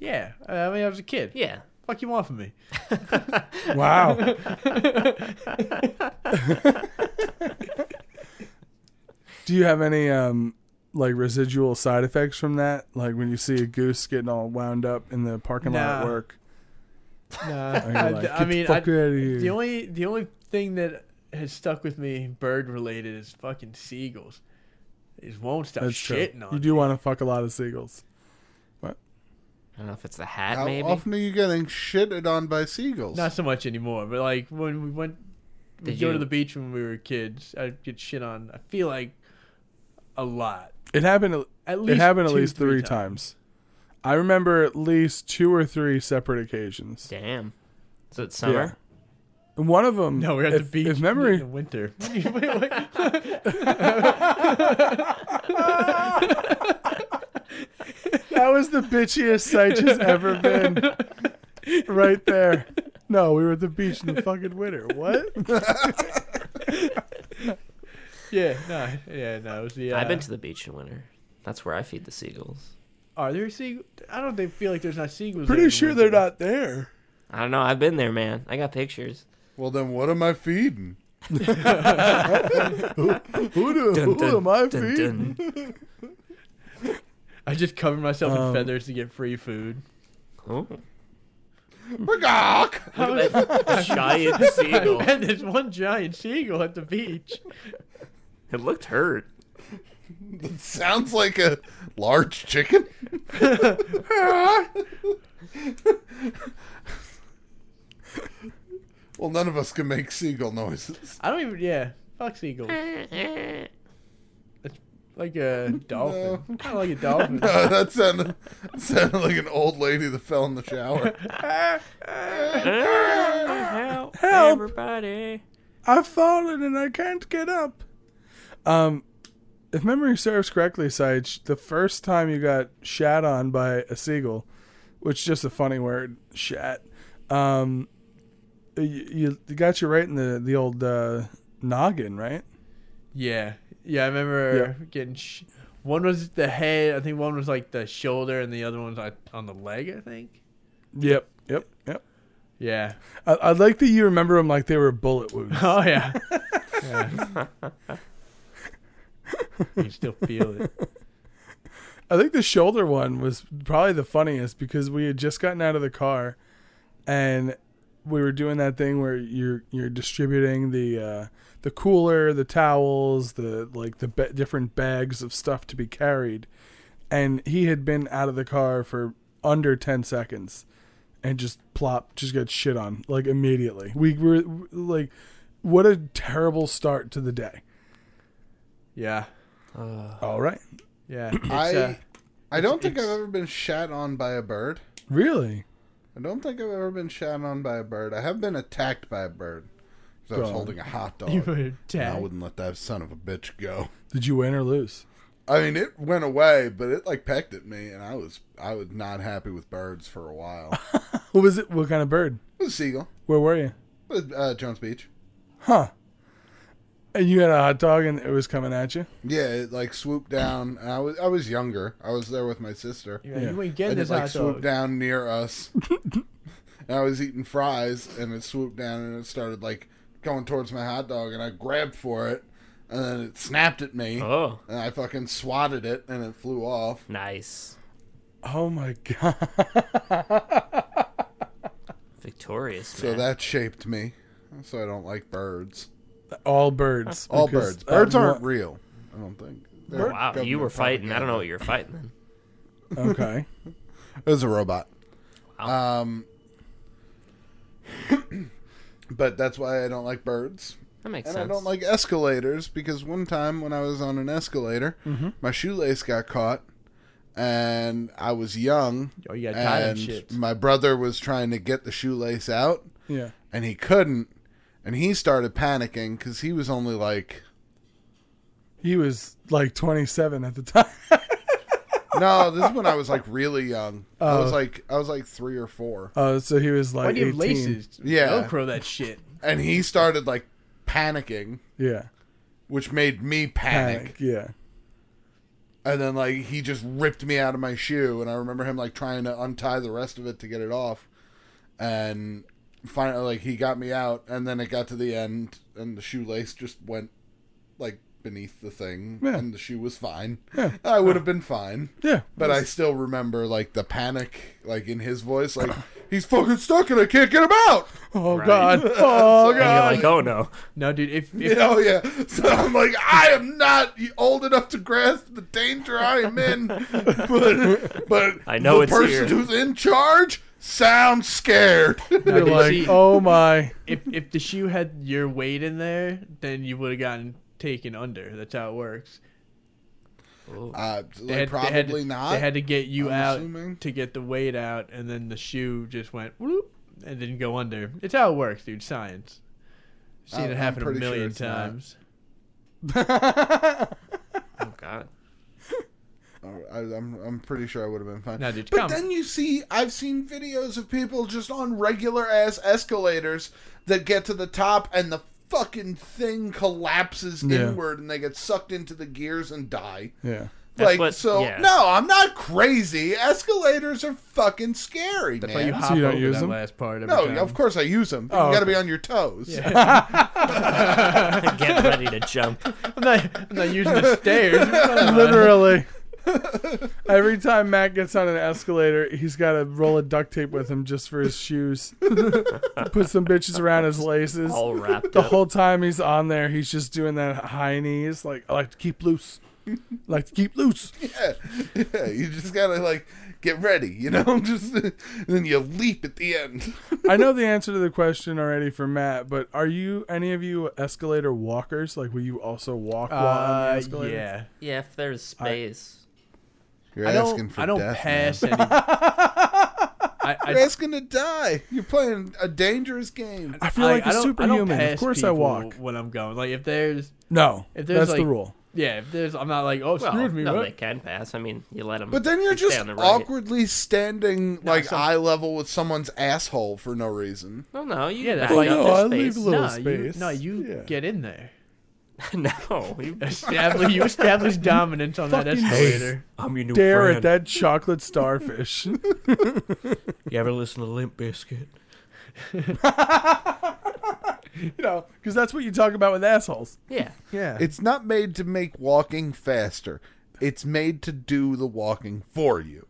S2: yeah i mean i was a kid
S5: Yeah.
S2: fuck you want from me
S4: wow. Do you have any um like residual side effects from that? Like when you see a goose getting all wound up in the parking lot
S2: Nah.
S4: at work.
S2: nah,
S4: And you're
S2: I,
S4: like,
S2: I
S4: "Get the
S2: mean
S4: fuck
S2: I,
S4: outta here."
S2: the only the only thing that has stuck with me bird related is fucking seagulls they just won't stop
S4: That's true.
S2: shitting on me.
S4: You do want to fuck a lot of seagulls.
S5: I don't know if it's the hat,
S3: How
S5: maybe.
S3: often are you getting shitted on by seagulls?
S2: Not so much anymore, but like when we went, we
S5: Did
S2: go to
S5: you-
S2: the beach when we were kids. I get shit on. I feel like a lot.
S4: It happened.
S2: At
S4: it
S2: least
S4: happened at
S2: two,
S4: least
S2: three
S4: three times. I remember at least two or three separate occasions.
S5: Damn. So it's summer.
S4: And one of them,
S2: No, we're at
S4: if,
S2: the beach
S4: If memory,
S2: in winter. What do you- wait, wait.
S4: That was the bitchiest Sitch has ever been. Right there. No, we were at the beach in the fucking winter. What?
S2: yeah, no, yeah, no. It was the, uh,
S5: I've been to the beach in winter. That's where I feed the seagulls.
S2: Are there seagulls? I don't think feel like there's not seagulls. there
S4: Pretty
S2: in
S4: sure
S2: winter.
S4: they're not there.
S5: I don't know. I've been there, man. I got pictures.
S3: Well, then what am I feeding?
S4: Who, do, who am I
S5: dun,
S4: feeding?
S5: dun.
S2: I just cover myself
S4: Um,
S2: in feathers to get free food.
S5: Oh,
S3: Regok!
S5: look at that giant seagull.
S2: And there's one giant seagull at the beach.
S5: It looked hurt.
S3: Sounds like a large chicken. well, none of us can make seagull noises.
S2: I don't even. Yeah, fuck seagulls.
S5: Uh.
S2: It's like a dolphin. Kind of like a dolphin.
S3: Uh, that sounded, sounded like an old lady that fell in the shower.
S5: Help,
S4: Help.
S5: everybody.
S4: I've fallen and I can't get up. Um, if memory serves correctly, Sitch, the first time you got shat on by a seagull, which is just a funny word, shat, um, you, you you got you right in the, the old uh, noggin, right?
S2: Yeah, yeah. I remember getting. Sh- one was the head. I think one was like the shoulder, and the other one's like on the leg. I think.
S4: Yep. Yep. Yep.
S2: Yeah.
S4: I, I like that you remember them like they were bullet wounds.
S2: Oh yeah. Yeah. you can still feel it.
S4: I think the shoulder one was probably the funniest because we had just gotten out of the car, and we were doing that thing where you're you're distributing the uh, the cooler, the towels, the like the ba- different bags of stuff to be carried, and he had been out of the car for under ten seconds, and just plop, just got shit on like immediately. We were like, what a terrible start to the day.
S2: Yeah.
S4: All right,
S2: Yeah. It's, uh,
S3: I, I don't think I've
S2: it's-
S3: ever been shat on by a bird.
S4: really?
S3: I don't think I've ever been shat on by a bird. I have been attacked by a bird. 'cause I was
S4: Dog.
S3: holding a hot dog.
S2: you were
S3: and I
S2: tagged.
S3: wouldn't let that son of a bitch go.
S4: Did you win or lose?
S3: I mean, it went away, but it like pecked at me, and I was I was not happy with birds for a while.
S4: What was it? What kind of bird?
S3: it was a seagull.
S4: Where were you?
S3: It was, uh, Jones Beach.
S4: Huh. And you had a hot dog and it was coming at you?
S3: Yeah, it like swooped down. and I was I was younger. I was there with my sister.
S2: Yeah,
S4: Yeah.
S2: You ain't
S3: and
S2: getting
S3: it
S2: this
S3: like
S2: hot
S3: swooped
S2: dog.
S3: down near us. and I was eating fries, and it swooped down and it started like going towards my hot dog, and I grabbed for it, and then it snapped at me,
S5: Oh,
S3: and I fucking swatted it, and it flew off.
S5: nice.
S4: Oh my god.
S5: Victorious,
S3: So
S5: man.
S3: that shaped me. So I don't like birds.
S4: All birds.
S3: All
S4: Because
S3: birds. Birds
S4: that
S3: aren't
S4: one-
S3: real. I don't think. They're
S5: uh, wow, you
S3: government
S5: were fighting. I don't know
S3: propaganda.
S5: what you were fighting then.
S4: Okay.
S3: It was a robot. Um, but that's why I don't like birds.
S5: That makes
S3: And
S5: sense.
S3: I don't like escalators because one time when I was on an escalator,
S2: Mm-hmm.
S3: my shoelace got caught, and I was young.
S2: Oh, you got tied and
S3: and
S2: shit.
S3: my brother was trying to get the shoelace out,
S4: Yeah.
S3: and he couldn't, and he started panicking because he was only like
S4: He was like 27 at the time.
S3: no, this is when I was like really young. I
S2: Uh.
S3: was like I was like three or four,
S4: Oh, so he was like
S2: Why do you
S4: 18.
S2: have laces?
S3: Yeah.
S2: Velcro that shit.
S3: and he started like panicking,
S4: Yeah.
S3: which made me panic.
S4: Panic. Yeah.
S3: And then like he just ripped me out of my shoe, and I remember him like trying to untie the rest of it to get it off, and finally like he got me out, and then it got to the end, and the shoelace just went like beneath the thing,
S4: Yeah.
S3: and the shoe was fine. I would have been fine.
S4: Yeah.
S3: But I still remember like the panic, like in his voice, like he's fucking stuck and I can't get him out.
S4: Oh
S5: Right.
S4: god. Oh god.
S5: And you're
S2: Uh,
S5: like, oh no.
S2: No, dude. If, if
S3: Oh yeah. So I'm like, I am not old enough to grasp the danger I am in, but but
S5: I know
S3: the
S5: it's
S3: person
S5: here.
S3: who's in charge sounds scared.
S2: no,
S4: You're
S2: dude,
S4: like,
S2: see,
S4: "Oh my."
S2: if if the shoe had your weight in there, then you would have gotten taken under. That's how it works.
S3: Uh,
S2: They
S3: like,
S2: had- they
S3: probably
S2: had-
S3: not.
S2: They had to get you
S3: I'm
S2: out
S3: assuming.
S2: to get the weight out, and then the shoe just went whoop and didn't go under. It's how it works, dude. Science. Seen
S3: I'm-
S2: it
S3: I'm
S2: happen a
S3: pretty sure
S2: million
S3: it's not.
S2: times.
S5: Oh God.
S3: All right, Oh, I, I'm I'm pretty sure I would have been fine.
S2: Now, did you
S3: but
S2: come?
S3: then you see, I've seen videos of people just on regular ass escalators that get to the top and the fucking thing collapses
S4: Yeah.
S3: inward and they get sucked into the gears and die.
S4: Yeah.
S5: That's
S3: like
S5: what-
S3: so,
S5: yeah.
S3: no, I'm not crazy. Escalators are fucking scary,
S2: That's why
S3: man.
S2: you hop
S4: you don't
S2: over
S4: use
S2: that
S4: them?
S2: last part. Every
S3: no,
S2: time.
S3: of course I use them.
S4: Oh,
S3: you got to
S4: okay.
S3: be on your toes.
S5: Get ready to jump.
S2: I'm not, I'm not using the stairs.
S4: Literally. Every time Matt gets on an escalator, he's got a roll of duct tape with him just for his shoes. Put some bitches around his laces.
S5: All wrapped
S4: The
S5: up.
S4: whole time he's on there, he's just doing that high knees, like I like to keep loose, like to keep loose.
S3: Yeah. yeah, you just gotta like get ready, you know. Just and then you leap at the end.
S4: I know the answer to the question already for Matt, but are you any of you escalator walkers? Like, will you also walk while on the
S2: Uh,
S4: escalator?
S2: yeah.
S5: Yeah, if there's space.
S3: You're
S2: I
S3: asking
S2: don't.
S3: for
S2: I don't
S3: death, man.
S2: pass any. I,
S3: You're
S2: I,
S3: asking to die. You're playing a dangerous game.
S4: I feel like
S2: I
S4: a
S2: don't- I
S4: superhuman.
S2: don't pass
S4: Of course, I
S2: people
S4: walk.
S2: when I'm going. Like if there's,
S4: No,
S2: If there's,
S4: that's the
S2: like-
S4: rule.
S2: yeah, if there's, I'm not like, oh,
S5: Well,
S2: screw me,
S5: no,
S2: what?
S5: they can pass. I mean, you let them.
S3: But then you're just
S5: on the right.
S3: awkwardly standing like
S5: some-
S3: eye level with someone's asshole for no reason.
S5: No, no, you
S2: Yeah,
S5: back
S2: that's why
S5: up
S2: you-
S5: their
S2: Oh,
S4: I leave
S5: space.
S4: a little
S2: no,
S4: space.
S2: You, no, you
S4: Yeah.
S2: get in there.
S5: no, you
S2: Establish, you establish dominance on that
S4: Fucking
S2: escalator.
S6: I'm your new
S4: Dare
S6: friend.
S4: at that chocolate starfish.
S6: You ever listen to Limp Biscuit?
S4: you know, because that's what you talk about with assholes.
S5: yeah.
S4: Yeah.
S3: It's not made to make walking faster. It's made to do the walking for you.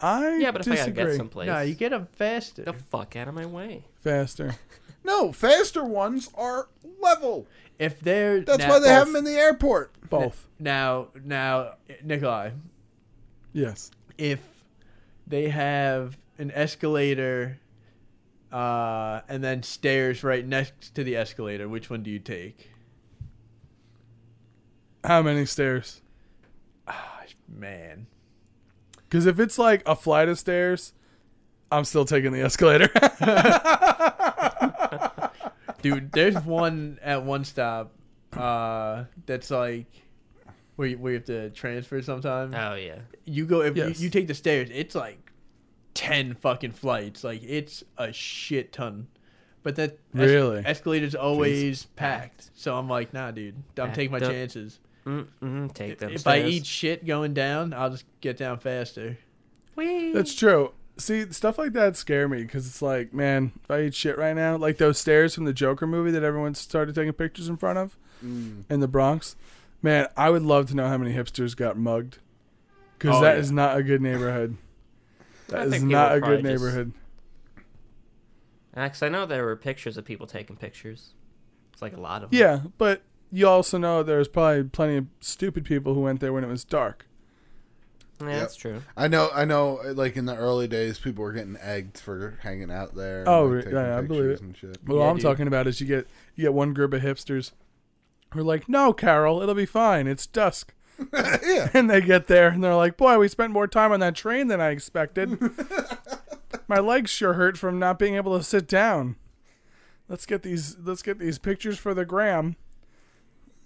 S4: I
S5: Yeah, but if I
S4: disagree.
S5: gotta get someplace,
S2: No, you get them faster.
S5: the fuck out of my way.
S4: Faster.
S3: No, faster ones are level.
S2: If they're
S3: That's
S2: now,
S3: why they have them in the airport.
S4: Both.
S2: now. Now, Nikolai,
S4: Yes.
S2: if they have an escalator uh, and then stairs right next to the escalator, which one do you take?
S4: How many stairs?
S2: Gosh, man.
S4: Because if it's like a flight of stairs, I'm still taking the escalator.
S2: Dude, there's one at one stop uh, that's like where you, where you have to transfer sometime.
S5: Oh yeah,
S2: you go if
S4: Yes.
S2: you, you take the stairs it's like 10 fucking flights like it's a shit ton but that
S4: Really?
S2: escalator's always packed so i'm like nah dude i'm
S5: Packed
S2: taking my
S5: up.
S2: chances
S5: Mm-mm, take them.
S2: if i eat shit going down i'll just get down faster
S4: That's true. See, stuff like that scare me because it's like, man, if I eat shit right now, like those stairs from the Joker movie that everyone started taking pictures in front of
S5: Mm.
S4: in the Bronx, man, I would love to know how many hipsters got mugged because
S2: Oh,
S4: that is
S2: yeah.
S4: not a good neighborhood. That is
S5: think people
S4: not a
S5: probably
S4: good
S5: just-
S4: neighborhood.
S5: Because I know there were pictures of people taking pictures. It's like a lot of them.
S4: Yeah, but you also know there's probably plenty of stupid people who went there when it was dark.
S5: Yeah, that's true.
S3: I know, I know. Like in the early days, people were getting egged for hanging out there. and,
S4: Oh,
S3: like,
S4: re-
S3: taking
S4: yeah, I believe
S3: pictures
S4: it.
S3: and shit.
S4: But what
S5: Yeah,
S4: I'm
S5: dude.
S4: talking about is you get you get one group of hipsters who are like, "No, Carol, it'll be fine. It's dusk."
S3: Yeah.
S4: And they get there and they're like, "Boy, we spent more time on that train than I expected. My legs sure hurt from not being able to sit down. Let's get these let's get these pictures for the gram."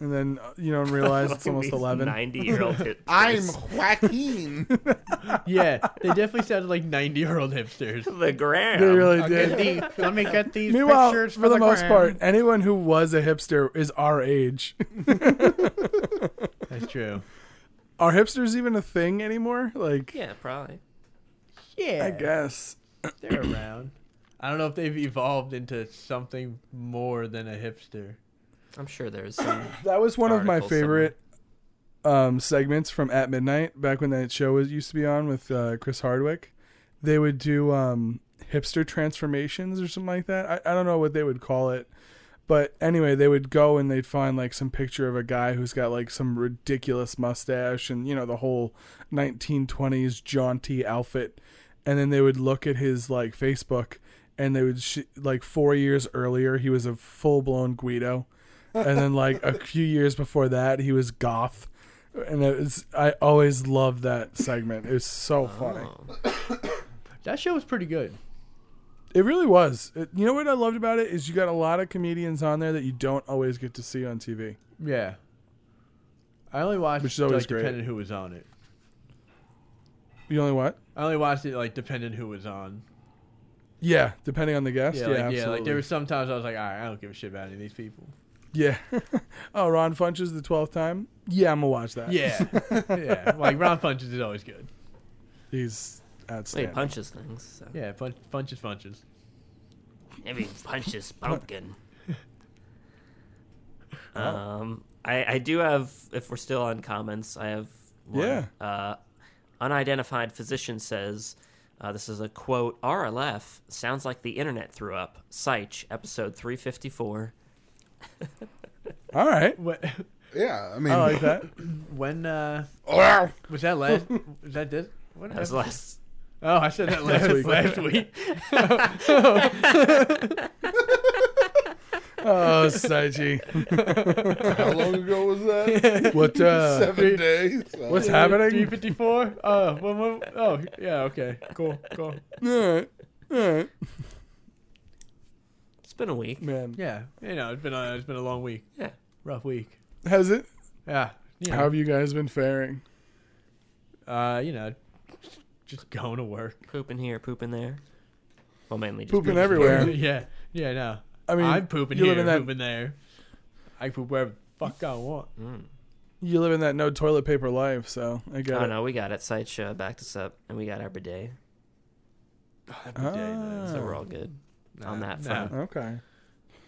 S4: And then uh, you know realize it's almost 11.
S5: Ninety-year-old.
S3: I'm Joaquin.
S2: yeah they definitely sounded like 90 year old hipsters
S5: the gram.
S4: Oh, They really did.
S2: Get the- let me get these
S4: Meanwhile, for,
S2: pictures
S4: the, most
S2: gram.
S4: part, anyone who was a hipster is our age.
S2: that's true
S4: Are hipsters even a thing anymore? Like,
S5: Yeah, probably.
S2: yeah
S4: I guess.
S2: they're around i don't know if they've evolved into something more than a hipster
S5: I'm sure there's some.
S4: That was one of my
S5: article somewhere.
S4: favorite um, segments from At Midnight back when that show was used to be on with uh, Chris Hardwick. They would do um, hipster transformations or something like that. I, I don't know what they would call it. But anyway, they would go and they'd find like some picture of a guy who's got like some ridiculous mustache and you know the whole 1920s jaunty outfit, and then they would look at his like Facebook, and they would sh- like four years earlier he was a full blown Guido, and then like a few years before that he was goth, and it was, I always loved
S2: Oh.
S4: that segment. It was so funny.
S5: Oh.
S2: that show was pretty good
S4: It really was. It- you know what I loved about it is you got a lot of comedians on there that you don't always get to see on TV.
S2: Yeah. I only watched
S4: Which is
S2: it,
S4: always
S2: like
S4: great.
S2: depending who was on it.
S4: You only what?
S2: I only watched it like depending who was on.
S4: Yeah, depending on the guest.
S2: Yeah,
S4: Yeah,
S2: like,
S4: absolutely.
S2: yeah. Like there were sometimes I was like, all right, I don't give a shit about any of these people.
S4: Yeah. oh, Ron Funches the twelfth time. Yeah, I'm gonna watch that.
S2: Yeah, yeah. Like round punches is always good.
S4: he's
S5: Well, he
S4: outstanding.
S5: punches things. So.
S2: Yeah, punch, punches, punches.
S5: Maybe he punches pumpkin. um, I I do have. If we're still on comments, I have. One.
S4: Yeah.
S5: Uh, unidentified physician says. Uh, this is a quote. RLF sounds like the internet threw up. Seich, episode 354.
S4: All right,
S2: What?
S3: Yeah, I mean,
S4: I like that.
S2: When uh,
S3: wow.
S2: was that last? was that this? What
S5: That was
S2: happened?
S5: last.
S2: Oh, I said that last
S4: week.
S2: week. Last week.
S4: Oh, Saiji,
S3: how long ago was that?
S4: what? Uh,
S3: Seven days. Oh,
S4: what's
S2: Three
S4: happening?
S2: fifty four. Oh, one more- oh, yeah. Okay. Cool. Cool.
S4: All right. All right,
S5: It's been a week.
S4: man.
S2: Yeah. You know, it's been a, it's been a long week.
S5: Yeah.
S2: Rough week.
S4: Has it?
S2: Yeah. You know,
S4: How have you guys been faring?
S2: uh, you know, just going to work.
S5: Pooping here, pooping there. Well, mainly just
S4: Pooping everywhere.
S2: yeah. Yeah. No.
S4: I mean,
S2: I'm pooping
S4: you
S2: here,
S4: live in that-
S2: pooping there. I poop wherever the fuck I want.
S4: You live in that no toilet paper life, so I get
S5: Oh
S4: it.
S5: no, we got it. Seich uh, backed us up, and we got our bidet,
S2: Every day, man.
S5: so we're all good on that
S2: no.
S5: front.
S4: Ah, Okay.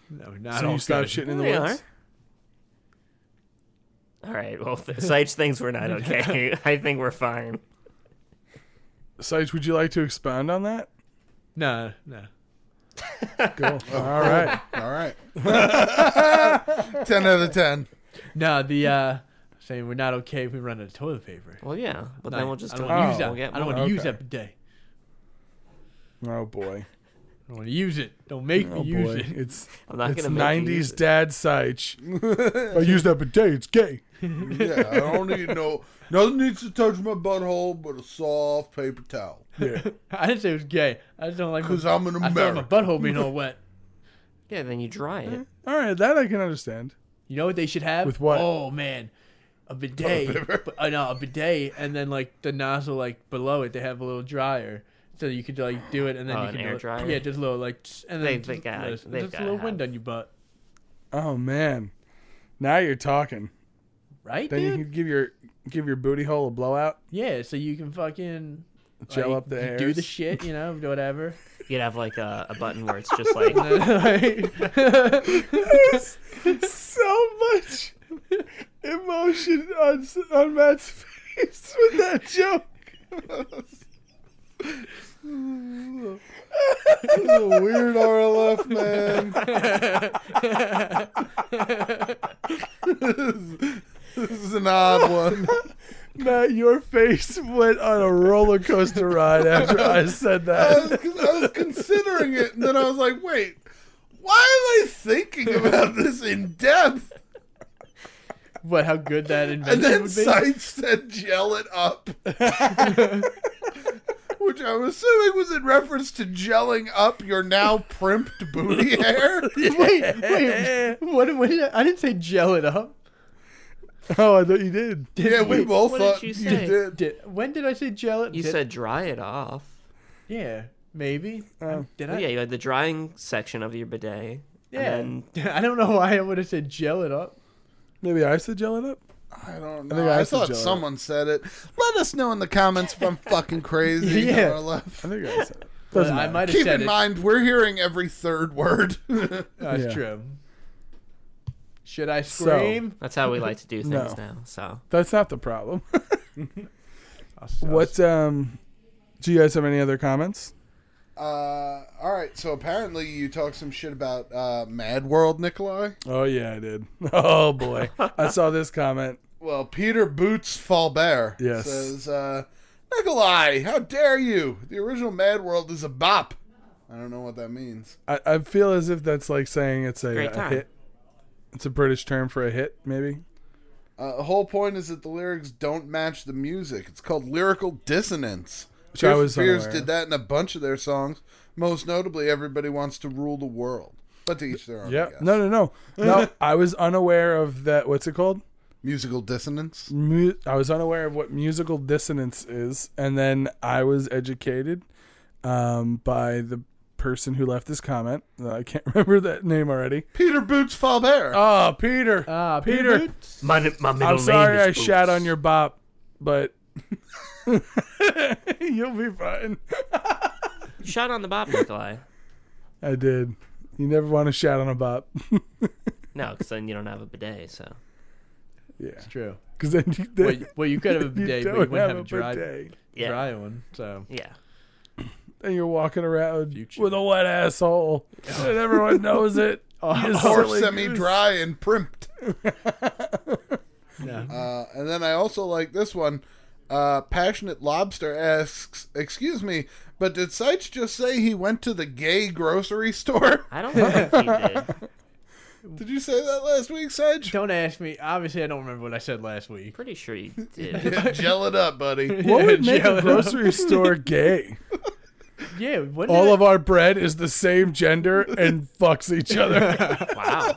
S2: No, not
S4: so
S2: all
S4: you stopped
S2: good.
S4: shitting in the
S5: There you
S4: woods.
S5: All right. Well, Seich thinks we're not okay. I think we're fine.
S4: Sites, would you like to expound on that?
S2: No, no.
S4: Cool. All right.
S3: All right. 10 out of 10.
S2: No, the uh, saying we're not okay if we run out of toilet paper.
S5: Well, yeah, but
S2: No,
S5: then we'll just
S2: I
S5: go
S2: don't
S5: out
S2: want to
S5: and
S2: use that.
S5: we'll get
S2: I don't
S5: more.
S2: want to use
S4: Oh. Okay.
S2: that bidet. I
S4: Oh boy.
S2: don't want to use it. Don't make
S4: Oh
S2: me use
S4: boy.
S2: it.
S4: It's
S5: I'm not
S4: it's
S5: gonna make you
S4: nineties
S5: use it.
S4: dad Seich. I use that bidet, it's gay.
S3: Yeah, I don't need no. Nothing needs to touch my butthole but a soft paper towel.
S4: Yeah.
S2: I didn't say it was gay. I just don't like.
S3: Because
S2: my,
S3: I'm an
S2: I thought my
S3: American.
S2: butthole being all wet.
S5: Yeah, then you dry it.
S4: All right, that I can understand.
S2: You know what they should have?
S4: With what?
S2: Oh man, a bidet. but, uh, no, a bidet, and then like the nozzle, like below it, they have a little dryer, so you could like do it, and then
S5: Oh,
S2: you
S5: an
S2: can
S5: air
S2: do it-
S5: dryer?
S2: Yeah, just a little like, tss, and then
S5: They-
S2: just,
S5: they gotta-
S2: just,
S5: they've
S2: just a
S5: gotta
S2: little wind
S5: have-
S2: on your butt,
S4: Oh man. Now you're talking.
S2: right?
S4: Then you
S2: dude?
S4: can give your give your booty hole a blowout,
S2: yeah, so you can fucking
S4: gel
S2: like,
S4: up the
S2: you
S4: air.
S2: do the shit, you know, whatever.
S5: You'd have like a, a button where it's just like
S4: so much emotion on s- on Matt's face with that joke.
S3: This is a weird RLF, man. this, is an odd one.
S4: Matt, your face went on a roller coaster ride after I said
S3: I
S4: that.
S3: was, I was considering it, and then I was like, wait, why am I thinking about this in depth?
S2: but how good that
S3: And
S2: invention
S3: then
S2: would be.
S3: Seitz said, gel it up. Which I'm assuming was in reference to gelling up your now primped booty hair.
S2: wait, wait. What, what did I, I didn't say gel it up.
S4: Oh, I thought you did.
S3: Yeah, we both
S5: what did
S3: thought
S5: you
S3: you,
S5: say?
S3: did.
S2: Did, when did I say gel it?
S5: you
S2: did,
S5: said dry it off.
S2: Uh, yeah, maybe. Um, did I?
S5: Oh, yeah, you had the drying section of your bidet.
S2: Yeah.
S5: And
S2: I don't know why I would have said gel it up.
S4: Maybe I said gel it up.
S3: I don't
S4: think
S3: know.
S4: I
S3: I,
S4: said
S3: thought
S4: gel it.
S3: someone said it. Let us know in the comments if I'm fucking crazy.
S2: Yeah.
S3: or left.
S4: I think I said it.
S2: But
S4: Doesn't
S2: I
S4: matter.
S2: might have
S3: Keep
S2: said
S3: in
S2: it.
S3: mind, we're hearing every third word.
S2: That's
S4: Yeah.
S2: true. Should I
S4: So-
S2: scream?
S5: that's how we like to do things
S4: No.
S5: now. So
S4: That's not the problem.
S2: I'll s- I'll
S4: what um do you guys have any other comments?
S3: uh, all right, so apparently you talked some shit about uh, Mad World, Nikolai.
S4: Oh yeah, I did. Oh boy. I saw this comment.
S3: Well, Peter Boots Falbert
S4: Yes.
S3: says, uh, Nikolai, how dare you? The original Mad World is a bop. I don't know what that means.
S4: I, I feel as if that's like saying it's a,
S5: Great
S4: a
S5: time.
S4: hit. It's a British term for a hit, maybe.
S3: Uh, the whole point is that the lyrics don't match the music. It's called lyrical dissonance.
S4: Which I
S3: Tears
S4: was
S3: for Fears
S4: unaware
S3: did
S4: of.
S3: that in a bunch of their songs. Most notably, "Everybody Wants to Rule the World," but to each their own. I
S4: Yeah.
S3: guess.
S4: No, no, no. No, I was unaware of that. What's it called?
S3: musical dissonance.
S4: Mu- I was unaware of what musical dissonance is, and then I was educated um, by the person who left this comment. Uh, I can't remember that name already.
S3: Peter Boots Faubert.
S4: Oh, Peter.
S2: Ah,
S4: Peter.
S2: Peter. Boots?
S6: My, my middle
S4: I'm sorry
S6: name is
S4: I shat
S6: Boots.
S4: on your bop, but you'll be fine.
S5: Shot on the Bob Nikolai.
S4: I did. You never want to shat on a bop.
S5: No, because then you don't have a bidet. So
S4: yeah.
S2: It's true.
S4: Because then you,
S2: Well, you, well, you could have a bidet, but you
S4: don't
S2: wouldn't have, a dry,
S4: bidet.
S5: yeah,
S2: dry one. So
S5: yeah.
S4: and you're walking around
S2: Future.
S4: with a wet asshole, and everyone knows it. You
S3: or
S4: silly goose.
S3: semi-dry and primped.
S2: Yeah.
S3: Uh, and then I also like this one. Uh, Passionate Lobster asks, "Excuse me, but did Seitz just say he went to the gay grocery store?
S5: I don't think he did.
S3: did you say that last week, Seitz?
S2: don't ask me. Obviously, I don't remember what I said last week.
S5: Pretty sure you did.
S3: Gel it up, buddy.
S4: What would make
S2: Jello.
S4: a grocery store gay?
S2: Yeah, what
S4: All of our bread is the same gender and fucks each other.
S5: Wow.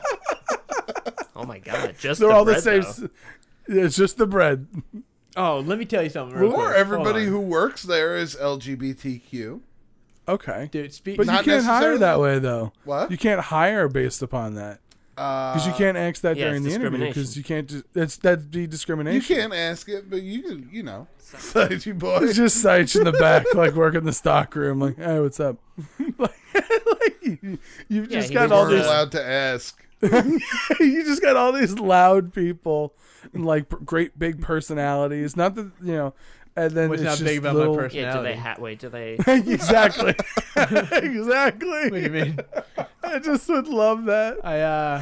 S5: Oh my God! Just
S4: They're
S5: the
S4: all the
S5: bread,
S4: same.
S5: though.
S4: s- It's just the bread.
S2: Oh, let me tell you something. Real quick.
S3: Or
S2: Hold
S3: everybody
S2: on.
S3: who works there is LGBTQ.
S4: Okay,
S2: dude speak.
S4: but
S3: Not
S4: you can't hire
S3: necessarily.
S4: that way though.
S3: What?
S4: You can't hire based upon that
S3: Uh,
S4: because you can't ask that
S5: yeah,
S4: during the
S5: it's
S4: interview because you
S5: discrimination.
S4: can't. Just, that's that'd be
S3: you
S4: discrimination.
S3: can't ask it, but you can, you know, Seitz, you boy.
S4: It's just Seitch in the back, like working the stock room, like, hey, what's up? like, you- you've
S5: Yeah,
S4: just
S5: he
S4: got
S5: was
S4: all
S3: We're
S5: working
S4: these,
S5: out.
S3: allowed to ask.
S4: you just got all these loud people and like p- great big personalities. Not that you know, and then
S2: What's
S4: it's
S2: not
S4: just
S2: big about
S4: little-
S2: my personality?
S5: Yeah. Do they ha- wait? Do they?
S4: exactly,
S2: what do
S4: exactly.
S2: you mean?
S4: I just would love that.
S2: I uh,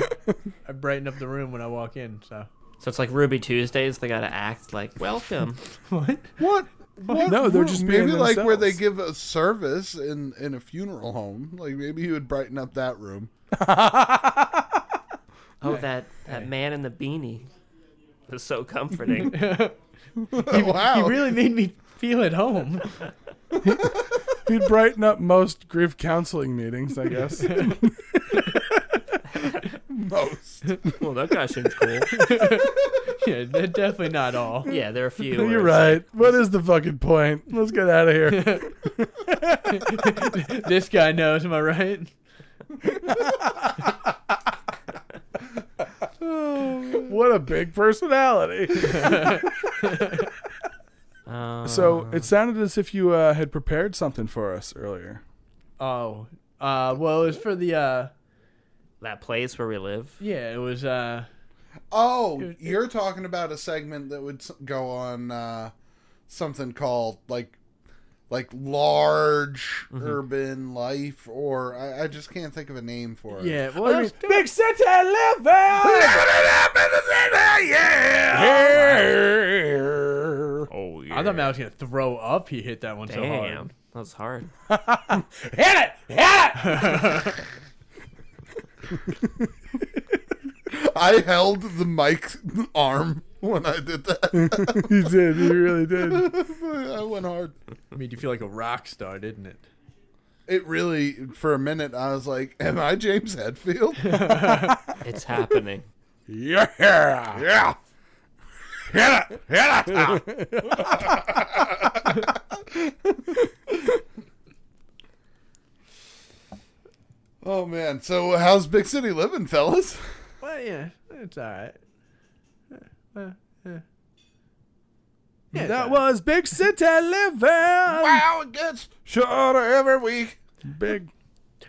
S2: I brighten up the room when I walk in. So
S5: So it's like Ruby Tuesdays. They gotta act like welcome.
S2: what?
S3: What? What?
S4: No, they're just
S3: maybe
S4: being
S3: like where they
S4: themselves.
S3: give a service in in a funeral home. Like maybe he would brighten up that room.
S5: Oh, that that man in the beanie was so comforting.
S3: wow,
S2: You really made me feel at home.
S4: He'd brighten up most grief counseling meetings, I guess.
S3: most.
S5: well, that guy seems cool.
S2: yeah, they're definitely not all.
S5: Yeah, there are a few. where
S4: You're
S5: it's like,
S4: right. What is the fucking point? Let's get out of here.
S2: This guy knows. Am I right?
S4: What a big personality.
S5: uh,
S4: So it sounded as if you uh, had prepared something for us earlier.
S2: Oh, uh, well, it was for the uh,
S5: that place where we live.
S2: yeah, it was uh,
S3: Oh, you're talking about a segment that would s- go on uh, something called like like large urban life, or I, I just can't think of a name for it.
S2: yeah. Well, it was-
S4: Big city living.
S5: Oh yeah.
S2: I thought Matt was gonna throw up. He hit that one so
S5: Damn,
S2: hard.
S5: that was hard.
S4: Hit it! Hit it!
S3: I held the mic arm when I did that.
S4: you did. You really did.
S3: I went hard.
S2: I mean, you feel like a rock star, didn't it?
S3: It really, for a minute, I was like, "Am I James Hetfield?"
S5: It's happening.
S4: Yeah.
S3: yeah. Oh man, so how's big city living, fellas?
S2: Well, yeah, it's all right. Uh, uh, yeah. Yeah, it's
S4: That
S2: all right.
S4: was big city living.
S3: Wow, it gets shorter every week.
S4: Big.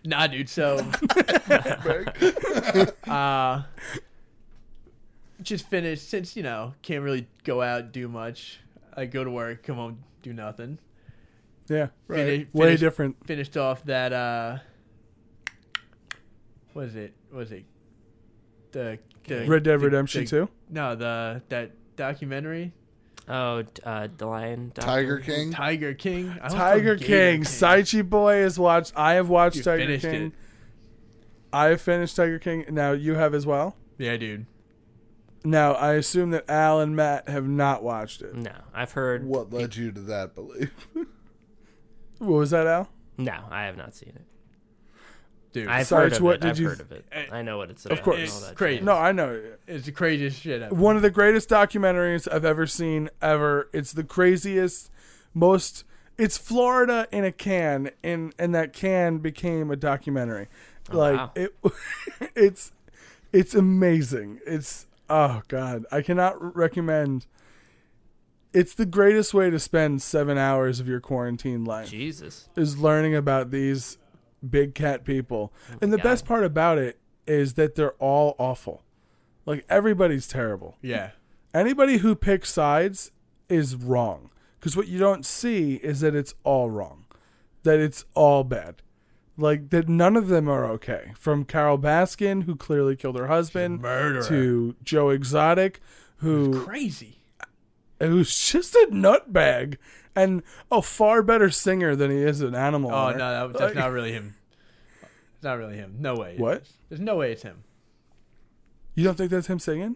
S2: nah, dude. So, uh, just finished since you know can't really go out do much. I go to work, come home, do nothing.
S4: Yeah. Right.
S2: Fini-
S4: Way
S2: finish-
S4: different.
S2: Finished off that. uh what is it? What is it? The, the
S4: Red Dead
S2: the-
S4: Redemption
S2: the-
S4: 2?
S2: No, the that documentary
S5: Oh, d- uh, the lion. Doctor.
S3: Tiger King.
S2: Tiger King. I almost called
S4: Tiger
S2: him Gator
S4: King. Saichi Boy has watched. I have watched
S2: Dude,
S4: Tiger
S2: finished
S4: King.
S2: it.
S4: I have finished Tiger King. Now you have as well.
S2: Yeah, dude.
S4: Now I assume that Al and Matt have not watched it.
S5: No, I've heard.
S3: What led you to that belief?
S4: What was that, Al?
S5: No, I have not seen it.
S2: dude.
S5: I've
S4: Sarge,
S5: heard of
S4: what
S5: it.
S4: did
S5: I've
S4: you-
S5: heard of it. I know what it's about.
S4: Of
S5: and
S4: course.
S5: all that
S2: Crazy.
S5: jazz.
S4: No, I know.
S2: it's the craziest shit ever.
S4: One of the greatest documentaries I've ever seen ever. It's the craziest, most. It's Florida in a can, and and that can became a documentary. like
S5: wow.
S4: it, it's it's amazing. It's oh god, I cannot recommend. It's the greatest way to spend seven hours of your quarantine life.
S5: Jesus.
S4: is learning about these big cat people.
S2: Oh
S4: and the
S5: God.
S4: best part about it is that they're all awful. Like everybody's terrible.
S2: Yeah.
S4: Anybody who picks sides is wrong. Because what you don't see is that it's all wrong, that it's all bad. Like that, none of them are okay. From Carol Baskin, who clearly killed her husband,
S2: murderer.
S4: to Joe Exotic, who
S2: Crazy.
S4: who's just a nutbag and a far better singer than he is an animal.
S2: Oh
S4: owner.
S2: no, that,
S4: Like-
S2: that's not really him. It's not really him. No way. it
S4: What?
S2: is. There's no way it's him.
S4: You don't think that's him singing?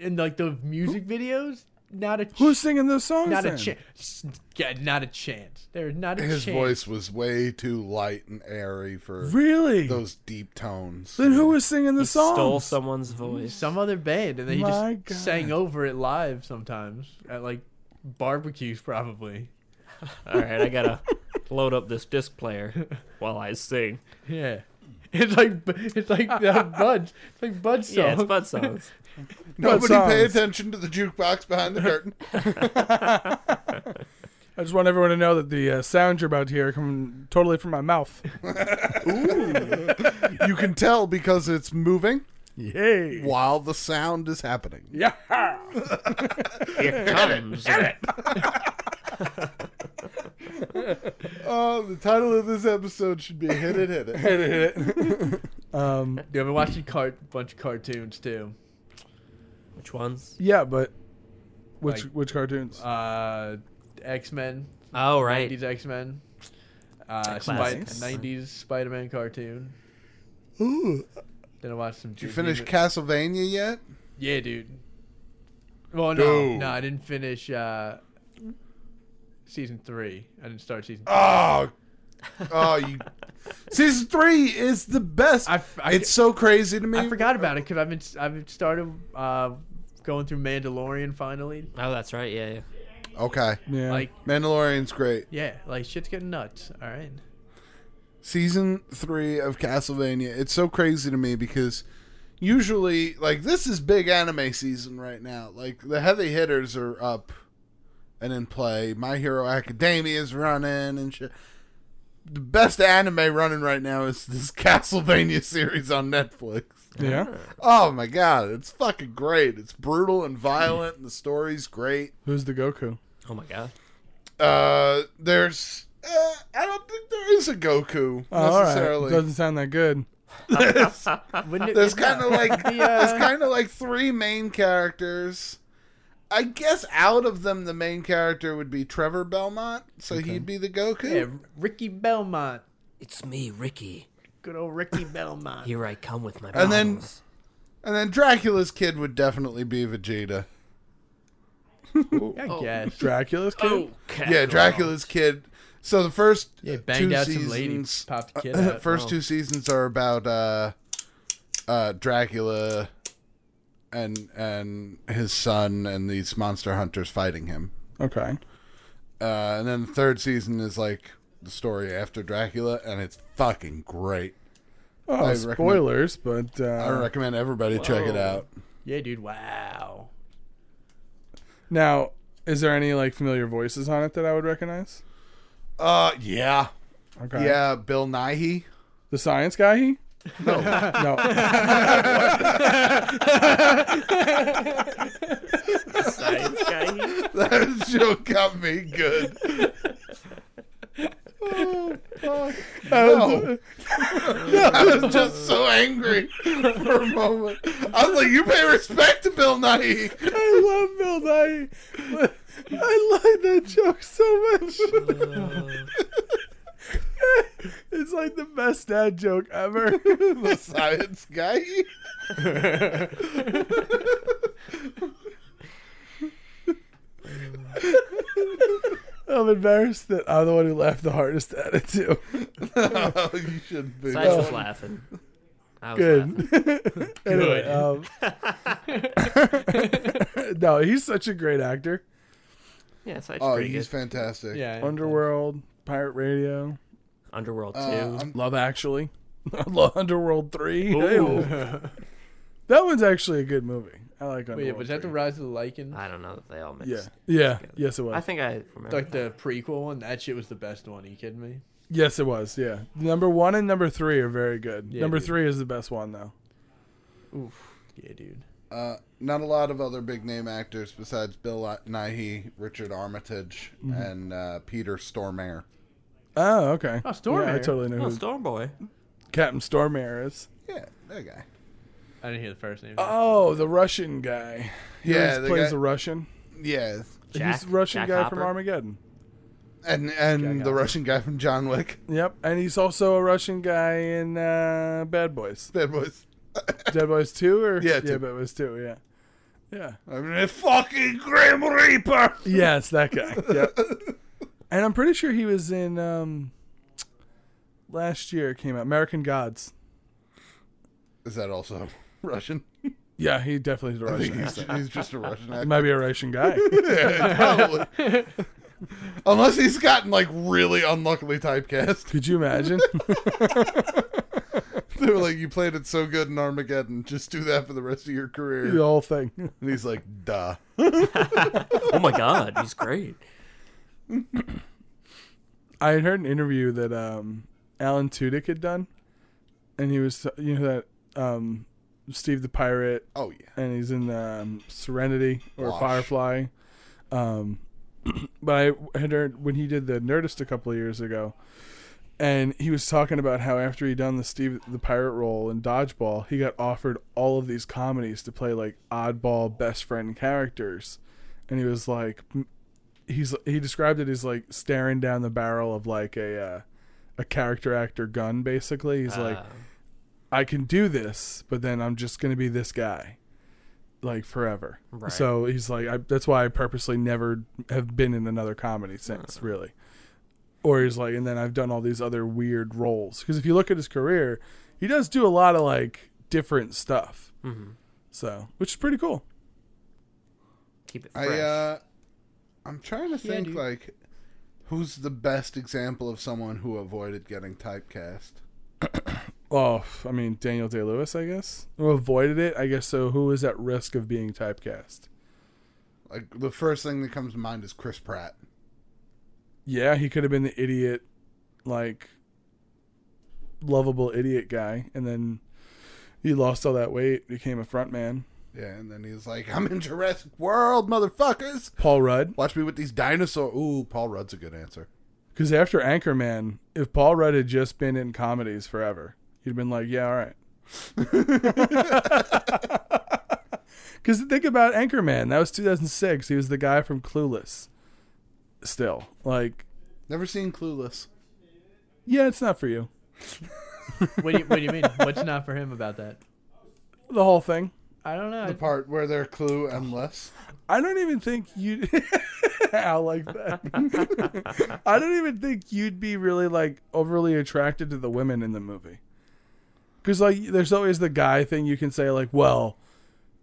S2: In like the music videos, not a ch-
S4: Who's singing those songs?
S2: not a
S4: then?
S2: chance. Yeah, not a chance. There's not a
S3: His
S2: chance.
S3: voice was way too light and airy for
S4: Really?
S3: those deep tones.
S4: then who was singing the
S5: He stole
S4: songs?
S5: someone's voice.
S2: Some other band, and then he
S4: My
S2: just
S4: God.
S2: sang over it live sometimes at like barbecues, probably.
S5: All right, I gotta load up this disc player while I sing.
S2: Yeah. It's like it's like uh, Bud. It's like Bud song.
S5: Yeah, it's Bud songs.
S3: Nobody
S4: songs?
S3: pay attention to the jukebox behind the curtain.
S4: I just want everyone to know that the uh, sounds you're about to hear come totally from my mouth.
S3: you can tell because it's moving
S4: Yay!
S3: while the sound is happening.
S4: Yeah.
S5: Here comes it.
S3: Oh, the title of this episode should be Hit It Hit It.
S4: um,
S2: Yeah, I've been watching a bunch of cartoons too.
S5: Which ones?
S4: yeah, but which
S2: Like-
S4: which cartoons?
S2: Uh, X Men,
S5: Oh right.
S2: '90s X Men, uh, Spi-
S5: Classics.
S2: '90s Spider-Man cartoon.
S4: Ooh.
S2: Then I watched some. Did
S3: You finished Castlevania yet?
S2: Yeah, dude. Well, no,
S3: No.
S2: no, I didn't finish uh, season three. I didn't start season.
S3: Oh, oh, you. Season three is the best.
S2: I f- I-
S3: it's so crazy to me.
S2: I forgot about it because I've been I've been started uh, going through Mandalorian finally.
S5: Oh, that's right. Yeah, yeah.
S3: Okay,
S4: Yeah.
S2: Like
S3: Mandalorian's great.
S2: yeah, like shit's getting nuts. All right.
S3: Season three of Castlevania. It's so crazy to me because usually, like, this is big anime season right now. Like, the heavy hitters are up and in play. My Hero Academia's running and shit. The best anime running right now is this Castlevania series on Netflix.
S4: yeah.
S3: Oh my god, it's fucking great. It's brutal and violent, and the story's great.
S4: Who's the Goku?
S5: Oh my god.
S3: Uh, there's, uh, I don't think there is a Goku
S4: Oh, all
S3: necessarily.
S4: right. Doesn't sound that good.
S2: Wouldn't it-
S3: There's
S2: yeah.
S3: kind of like
S2: The, uh,
S3: there's kind of like three main characters. I guess out of them, the main character would be Trevor Belmont, so he'd be the Goku.
S2: yeah, Ricky Belmont.
S5: It's me, Ricky.
S2: Good old Ricky Belmont.
S5: Here I come with my
S3: And then-
S5: bottles.
S3: And then Dracula's kid would definitely be Vegeta.
S2: I guess.
S4: Dracula's kid.
S2: Oh.
S5: Okay.
S3: Yeah, Dracula's kid. So the first
S2: Yeah,
S3: two
S2: banged out
S3: seasons,
S2: some ladies, popped the kid
S3: Uh,
S2: out.
S3: First two seasons are about uh, uh, Dracula and and his son and these monster hunters fighting him.
S4: Okay.
S3: Uh, and then the third season is like the story after Dracula, and it's fucking great.
S4: Oh,
S3: I recommend-
S4: spoilers, but uh,
S3: I recommend everybody check it out.
S2: Yeah, dude. Wow.
S4: now is there any like familiar voices on it that I would recognize?
S3: Uh, yeah,
S4: Okay.
S3: yeah, Bill Nighy.
S4: The science guy. He.
S3: No,
S4: No.
S5: Science guy.
S3: that joke got me good. Oh, fuck. No. I was just so angry for a moment. I was like, you pay respect to Bill Nye.
S4: I love Bill Nye. I like that joke so much. it's like the best dad joke ever.
S3: the science guy.
S4: I'm embarrassed that I'm the one who laughed the hardest at it too.
S3: Oh, you shouldn't be. Oh,
S5: Sides was laughing. I was laughing.
S4: Good. anyway, um, no, he's such a great actor.
S5: Yeah, Sides
S3: Oh,
S5: pretty
S3: he's
S5: good.
S3: fantastic.
S2: Yeah.
S4: Underworld, Pirate Radio,
S5: Underworld too.
S3: Uh, I'm-
S4: Love Actually, Love Underworld Three. Ew. that one's actually a good movie. I like Underworld.
S2: Wait, was that the
S4: 3.
S2: Rise of the Lycan?
S5: I don't know that they all mixed.
S4: Yeah, yeah, yes it was.
S5: I think I remember.
S2: like the prequel one. That shit was the best one. Are you kidding me?
S4: yes, it was. Yeah, number one and number three are very good.
S2: Yeah,
S4: number
S2: dude.
S4: three is the best one though.
S2: Yeah, dude.
S3: uh, not a lot of other big name actors besides Bill Nighy, Richard Armitage,
S4: Mm-hmm.
S3: and uh, Peter Stormare.
S4: Oh, okay.
S2: Oh, Stormare.
S4: Yeah, I totally knew
S5: oh,
S4: who
S5: Stormboy.
S4: Captain Stormare is.
S3: Yeah, that guy.
S2: I didn't hear the first name.
S4: Oh, the Russian guy. He
S3: Yeah,
S4: always
S3: the
S4: plays
S3: guy-
S4: the Russian.
S3: Yeah,
S5: Jack-
S4: He's the Russian
S5: Jack
S4: guy
S5: Hopper?
S4: from Armageddon.
S3: and and
S2: Jack
S3: the
S2: Hopper.
S3: Russian guy from John Wick.
S4: Yep, and he's also a Russian guy in uh, Bad Boys.
S3: That was.
S4: Dead Boys Two or
S3: Yeah, two.
S4: Bad Boys Two. Yeah, yeah.
S3: I mean, a fucking Grim Reaper.
S4: Yes, that guy. yep. And I'm pretty sure he was in um, last year. It came out American Gods.
S3: Is that also Russian?
S4: Yeah, he definitely did a
S3: I think
S4: Russian.
S3: he's,
S4: accent.
S3: he's just a Russian
S4: He
S3: actor.
S4: might be a Russian guy.
S3: Probably. Unless he's gotten like really unluckily typecast.
S4: Could you imagine?
S3: They were like, "You played it so good in Armageddon, just do that for the rest of your career."
S4: the whole thing.
S3: And he's like, "Duh."
S5: Oh my God, he's great.
S4: I had heard an interview that um, Alan Tudyk had done, and he was you know that um, Steve the Pirate
S3: Oh yeah.
S4: and he's in um, Serenity or
S3: Wash.
S4: Firefly. Um, but I had heard when he did the Nerdist a couple of years ago, and he was talking about how after he done the Steve the Pirate role in Dodgeball, he got offered all of these comedies to play like oddball best friend characters, and he was like, he's he described it as like staring down the barrel of like a uh, a character actor gun basically. He's like,
S5: Uh,
S4: I can do this, but then I'm just going to be this guy like forever.
S5: Right.
S4: So he's like, I, that's why I purposely never have been in another comedy since, really. Or he's like, and then I've done all these other weird roles. Because if you look at his career, he does do a lot of like different stuff. So, which is pretty cool.
S5: keep it fresh.
S3: I uh, I'm trying to think
S2: dude.
S3: like, who's the best example of someone who avoided getting typecast?
S4: Oh, I mean, Daniel Day Lewis, I guess. Who avoided it, I guess. So, who is at risk of being typecast?
S3: Like the first thing that comes to mind is Chris Pratt.
S4: Yeah, he could have been the idiot, like lovable idiot guy, and then he lost all that weight, became a front man.
S3: Yeah, and then he's like, "I'm in Jurassic World, motherfuckers."
S4: Paul Rudd,
S3: Watch me with these dinosaur. Ooh, Paul Rudd's a good answer.
S4: because after Anchorman, if Paul Rudd had just been in comedies forever, he'd been like, yeah, all right. Because think about Anchorman, that was 2006. He was the guy from Clueless. Still, like,
S3: Never seen Clueless.
S4: yeah, it's not for you.
S2: what, do you, what do you mean? What's not for him about that?
S4: The whole thing.
S2: I don't know.
S3: The part where they're clue and less.
S4: I don't even think you. I like that. I don't even think you'd be really like overly attracted to the women in the movie. Because like, there's always the guy thing you can say like, well,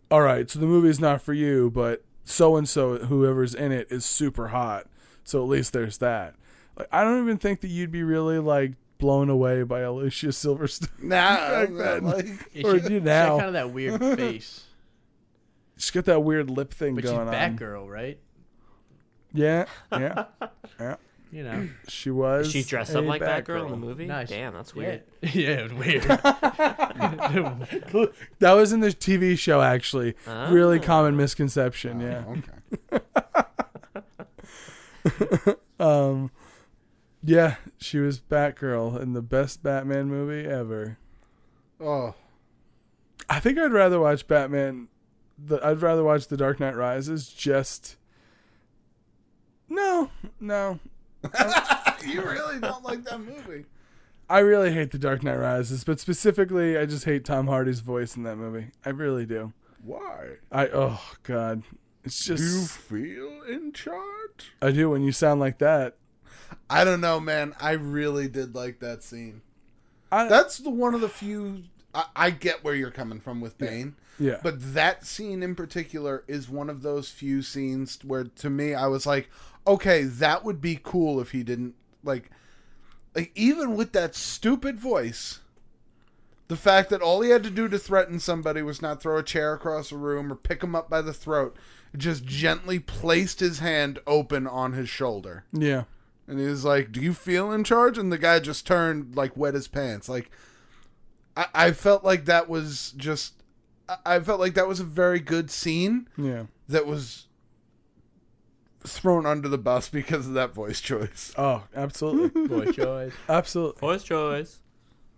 S4: all right, so the movie's not for you, but so and so, whoever's in it, is super hot. So at least there's that. Like, I don't even think that you'd be really like blown away by Alicia Silverstone.
S3: Nah,
S4: then.
S3: like
S2: It
S4: Or
S2: should-
S4: do
S2: she had
S4: now.
S2: kind of that weird face,
S4: She's got that weird lip thing
S2: but she's
S4: going on.
S2: Batgirl, right?
S4: Yeah, yeah,
S2: You know,
S4: she was.
S5: she dressed
S4: a
S5: up like that girl
S4: Batgirl.
S5: in the movie.
S2: Nice.
S5: Damn, that's weird.
S2: yeah, yeah, it was weird.
S4: That was in the TV show, actually. Really common misconception. Yeah.
S3: okay.
S4: Yeah. She was Batgirl in the best Batman movie ever.
S3: Oh,
S4: I think I'd rather watch Batman. The, I'd rather watch The Dark Knight Rises just. No, no.
S3: you really don't like that movie.
S4: I really hate The Dark Knight Rises, but specifically, I just hate Tom Hardy's voice in that movie. I really do.
S3: Why?
S4: I, oh, God. It's
S3: Do you
S4: just.
S3: feel in charge? hurt.
S4: I do when you sound like that.
S3: I don't know, man. I really did like that scene.
S4: I-
S3: That's the one of the few. I, I get where you're coming from with Bane.
S4: Yeah.
S3: But that scene in particular is one of those few scenes where, to me, I was like, okay, that would be cool if he didn't like, like even with that stupid voice. The fact that all he had to do to threaten somebody was not throw a chair across a room or pick him up by the throat, just gently placed his hand open on his shoulder.
S4: Yeah.
S3: And he was like, "Do you feel in charge?" And the guy just turned like wet his pants. Like, I, I felt like that was just, I, I felt like that was a very good scene
S4: Yeah.
S3: that was thrown under the bus because of that voice choice.
S4: Oh, absolutely.
S2: Boy, choice.
S4: absolutely.
S5: Voice choice.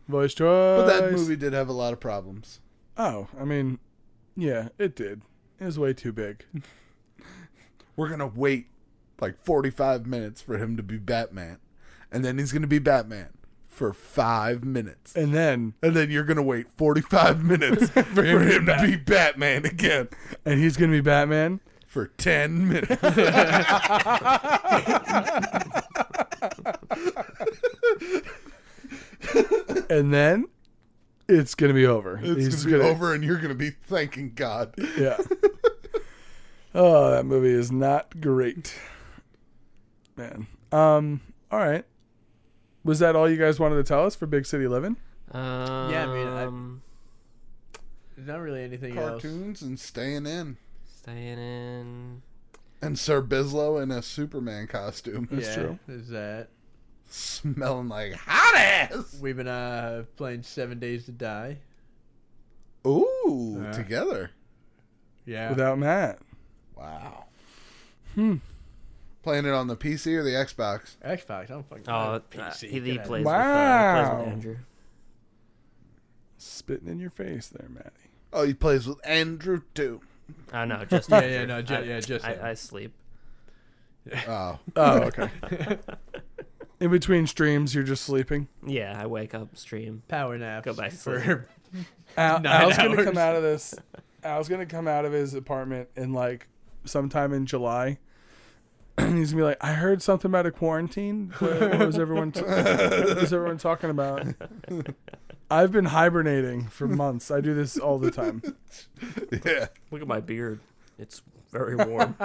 S4: Voice choice.
S3: But that movie did have a lot of problems.
S4: Oh, I mean, yeah, it did. It was way too big.
S3: We're gonna wait like forty-five minutes for him to be Batman, and then he's gonna be Batman for five minutes.
S4: And then,
S3: And then you're gonna wait 45 minutes for him,
S4: to be
S3: to be Batman again.
S4: and he's gonna be Batman.
S3: for 10 minutes.
S4: And then, it's gonna be over.
S3: It's
S4: he's
S3: going to be over, and you're going to be thanking God.
S4: Yeah. oh, that movie is not great, man. Um. All right. Was that all you guys wanted to tell us for Big City Living?
S5: Um,
S2: I mean, I- There's not really anything else.
S3: Cartoons and staying in.
S5: staying in.
S3: And Sir Bislow in a Superman costume,
S4: That's
S2: yeah,
S4: true.
S2: There's that.
S3: smelling like hot ass.
S2: We've been uh, playing Seven Days to Die.
S3: Ooh,
S2: Yeah.
S3: together.
S2: Yeah.
S4: Without Matt,
S3: Wow. Hmm. Playing it on the PC or the Xbox?
S2: Xbox, I'm fucking.
S5: Oh, uh,
S2: PC.
S5: he, he
S2: Get out of
S5: plays,
S2: here.
S5: with, uh, he plays
S4: Wow.
S5: with Andrew.
S4: spitting in your face, there, Matty.
S3: Oh, he plays with Andrew too.
S5: Oh no, just
S2: Yeah,
S5: Andrew.
S2: yeah, no, ju-
S5: I,
S2: yeah, just him.
S5: I, I sleep.
S3: Oh,
S4: Oh, okay. in between streams, you're just sleeping.
S5: Yeah, I wake up, stream.
S2: Power naps.
S5: Go back to
S2: for
S4: Al,
S2: Nine
S4: Al's gonna
S2: hours.
S4: come out of this. Al's gonna come out of his apartment in like sometime in July. And he's gonna be like, I heard something about a quarantine. What, what was everyone? T- what was everyone talking about? I've been hibernating for months. I do this all the time.
S3: yeah.
S5: Look at my beard. It's very warm.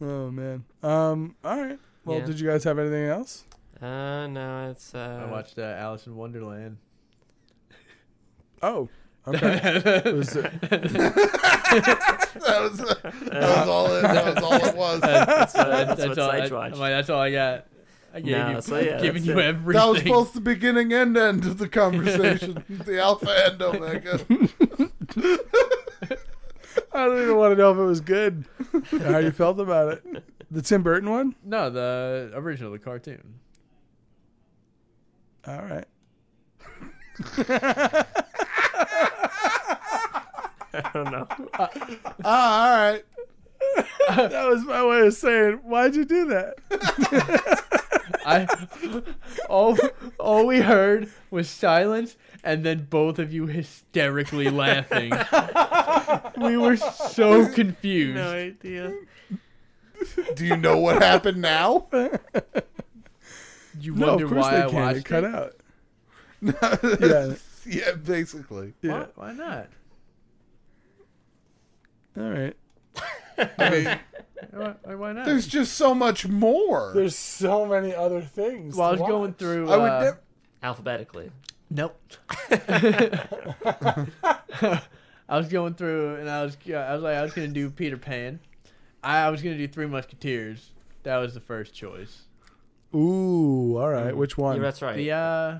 S4: Oh man. Um. All right. Well,
S5: Yeah.
S4: did you guys have anything else?
S5: uh no, it's uh
S2: I watched uh, Alice in Wonderland.
S4: Oh. Okay. Was uh, it-
S3: That was, that was all it, that was all it was.
S5: that's, uh, that's,
S2: that's
S5: what
S2: all. I,
S5: Sage
S2: I'm
S5: watched.
S2: like, that's all I got. I gave
S5: No,
S2: you,
S5: so yeah,
S2: giving
S5: that's
S2: you
S5: it.
S2: everything.
S3: That was both the beginning and end of the conversation. the alpha and omega.
S4: I don't even want to know if it was good. or How you felt about it? The Tim Burton one.
S2: No, the original, the cartoon.
S4: All right.
S5: I don't know.
S3: Ah, all right.
S4: That was my way of saying, why'd you do that?
S2: I all all we heard was silence, and then both of you hysterically laughing. we were so confused.
S5: No idea.
S3: Do you know what happened now?
S2: you
S4: No,
S2: wonder
S4: of course
S2: why
S4: they
S2: I
S4: can't.
S2: watched
S4: It cut
S2: it?
S4: out. yeah,
S3: yeah, basically.
S4: yeah.
S2: Why, why not?
S4: All right.
S3: I mean,
S2: Why, why not?
S3: there's just so much more.
S4: There's so many other things.
S2: While I
S4: to
S2: was going
S4: watch.
S2: through,
S3: I would
S2: uh,
S3: nev-
S5: Alphabetically.
S2: Nope. I was going through and I was I was like I was gonna do Peter Pan. I, I was gonna do Three Musketeers. That was the first choice.
S4: Ooh, all right. Which
S5: Yeah,
S4: one?
S5: that's right.
S2: The uh,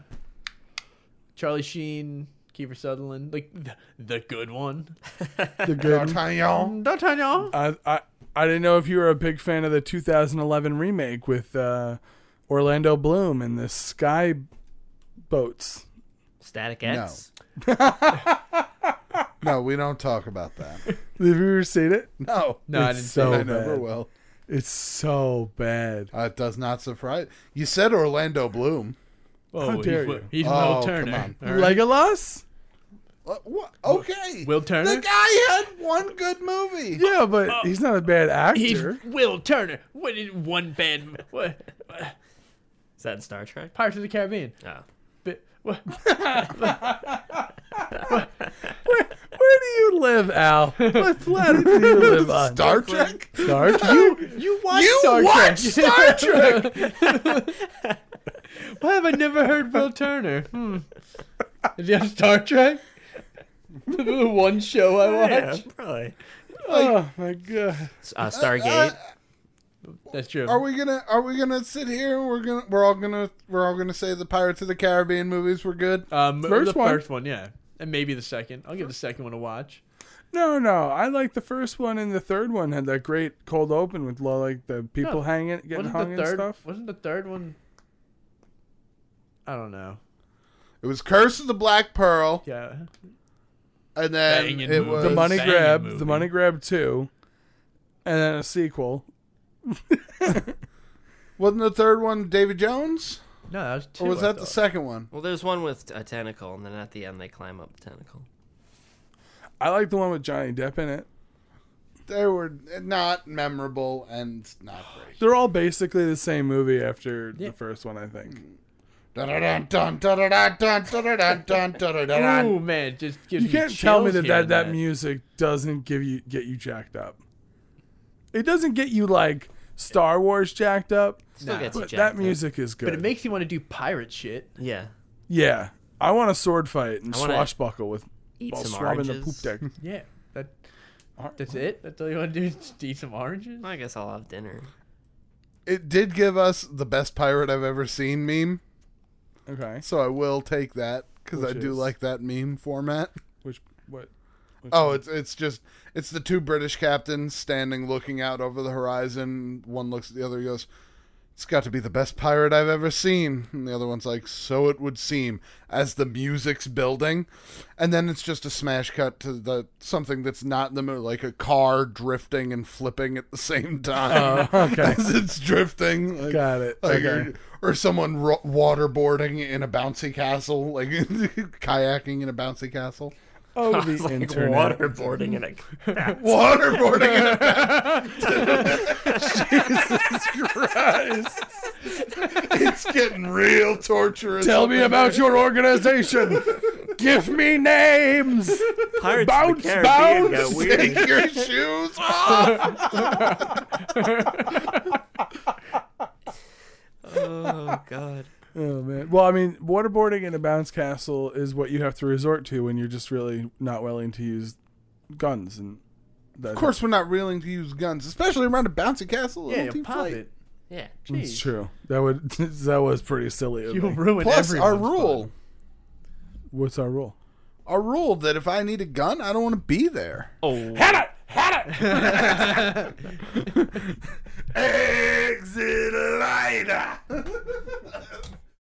S2: Charlie Sheen, Kiefer Sutherland, like the, the good one.
S4: the good.
S3: D'Artagnan.
S2: D'Artagnan.
S4: I, I I didn't know if you were a big fan of the 2011 remake with uh, Orlando Bloom and the Sky Boats.
S5: Static X.
S3: No, we don't talk about that.
S4: Have you ever seen it?
S3: No,
S2: No, I
S4: It's
S2: didn't see
S4: so
S2: that.
S3: I never
S4: bad.
S3: will.
S4: It's so bad.
S3: Uh, it does not surprise. You said Orlando Bloom.
S2: Whoa,
S4: dare
S2: he's,
S4: you.
S2: he's
S3: Oh,
S2: Will
S3: come
S2: Turner.
S3: on.
S2: all right?
S4: Legolas?
S3: Uh, what? Okay.
S2: Will Turner?
S3: The guy had one good movie.
S4: Yeah, but he's not a bad actor.
S2: Will Turner. What in one band? What?
S5: Is that in Star Trek?
S2: Pirates of the Caribbean.
S5: Oh.
S2: But, what?
S4: Where do you live, Al? What planet do you live on?
S3: Star Trek?
S4: Star Trek? You,
S2: You watch
S3: You
S2: Star Trek.
S3: watch Star Trek!
S2: Why have I never heard Will Turner? Hmm. Is he on Star Trek? the one show I watch.
S5: Yeah, probably.
S4: oh my god.
S5: Uh, Stargate.
S2: That's true.
S3: Are we gonna Are we gonna sit here and we're gonna we're all gonna we're all gonna say the Pirates of the Caribbean movies were good?
S2: um,
S4: First
S2: the
S4: one.
S2: first one, yeah, and maybe the second. I'll give the second one a watch.
S4: No, no. I like the first one and the third one had that great cold open with lo- like the people
S2: No.
S4: hanging, getting
S2: Wasn't
S4: hung
S2: the
S4: and
S2: third?
S4: stuff.
S2: Wasn't the third one? I don't know.
S3: It was Curse of the Black Pearl,
S2: Yeah,
S3: and then
S2: Banging
S3: it
S2: movie.
S3: was
S4: The money
S2: banging
S4: grab,
S2: movie.
S4: the money grab two, and then a sequel.
S3: Wasn't the third one David Jones,
S2: no, that was two.
S3: or was
S2: I
S3: that the
S2: thought.
S3: second one?
S5: Well, there's one with a tentacle, and then at the end they climb up the tentacle.
S4: I like the one with Johnny Depp in it.
S3: They were not memorable and not great.
S4: They're all basically the same movie after
S2: Yeah.
S4: the first one, I think.
S3: Dun-dun-dun, dun-dun-dun, dun-dun-dun, dun-dun-dun.
S2: Ooh man, just gives
S4: You
S2: me
S4: can't tell me
S2: chills
S4: that
S2: hearing
S4: that, that music doesn't give you get you jacked up. It doesn't get you like Star Wars jacked up,
S5: Still
S2: Nah.
S5: gets you
S4: but
S5: jacked
S4: that
S5: up.
S4: music is good.
S2: But it makes you want to do pirate shit.
S5: Yeah.
S4: yeah, I want a sword fight and
S5: I wanna
S4: swashbuckle with
S5: Eat
S4: while
S5: some
S4: swabbing the poop deck.
S5: oranges.
S2: Yeah, that. That's it. That's all you want to do. is Just eat some oranges.
S5: I guess I'll have dinner.
S3: It did give us the best pirate I've ever seen meme,
S4: Okay,
S3: so I will take that because I
S4: Which
S3: do
S4: is?
S3: like that meme format.
S4: which what?
S3: Oh, it's it's just it's the two British captains standing looking out over the horizon. One looks at the other, goes, "It's got to be the best pirate I've ever seen." And the other one's like, "So it would seem." As the music's building, and then it's just a smash cut to the something that's not in the movie, like a car drifting and flipping at the same time
S4: Oh, okay,
S3: as it's drifting. Like,
S4: got it.
S3: like,
S4: Okay.
S3: or, or someone ro- waterboarding in a bouncy castle, like kayaking in a bouncy castle.
S4: Oh,
S5: I was
S4: the
S5: like
S4: internet.
S5: waterboarding in a.
S3: Waterboarding in a
S4: Christ.
S3: It's getting real torturous.
S4: Tell me about your organization. Give me names.
S5: Pirates
S4: Bounce,
S5: of the Caribbean
S4: bounce.
S5: got weird.
S3: Take your shoes off.
S5: Oh god.
S4: Oh man. Well, I mean, waterboarding in a bounce castle is what you have to resort to when you're just really not willing to use guns and. That
S3: Of course, we're not willing to use guns, especially around a bouncy castle.
S2: Yeah,
S3: It'll team
S2: pop
S3: fight.
S2: it.
S5: Yeah.
S4: it's
S2: Jeez.
S4: true. That would that was pretty silly. Of
S2: You'll
S4: me.
S2: ruin
S3: Plus, our
S2: everyone's
S3: rule,
S2: fun.
S4: What's our rule?
S3: our rule that if I need a gun, I don't want to be there.
S5: Oh.
S4: it, had it.
S3: Exit lighter.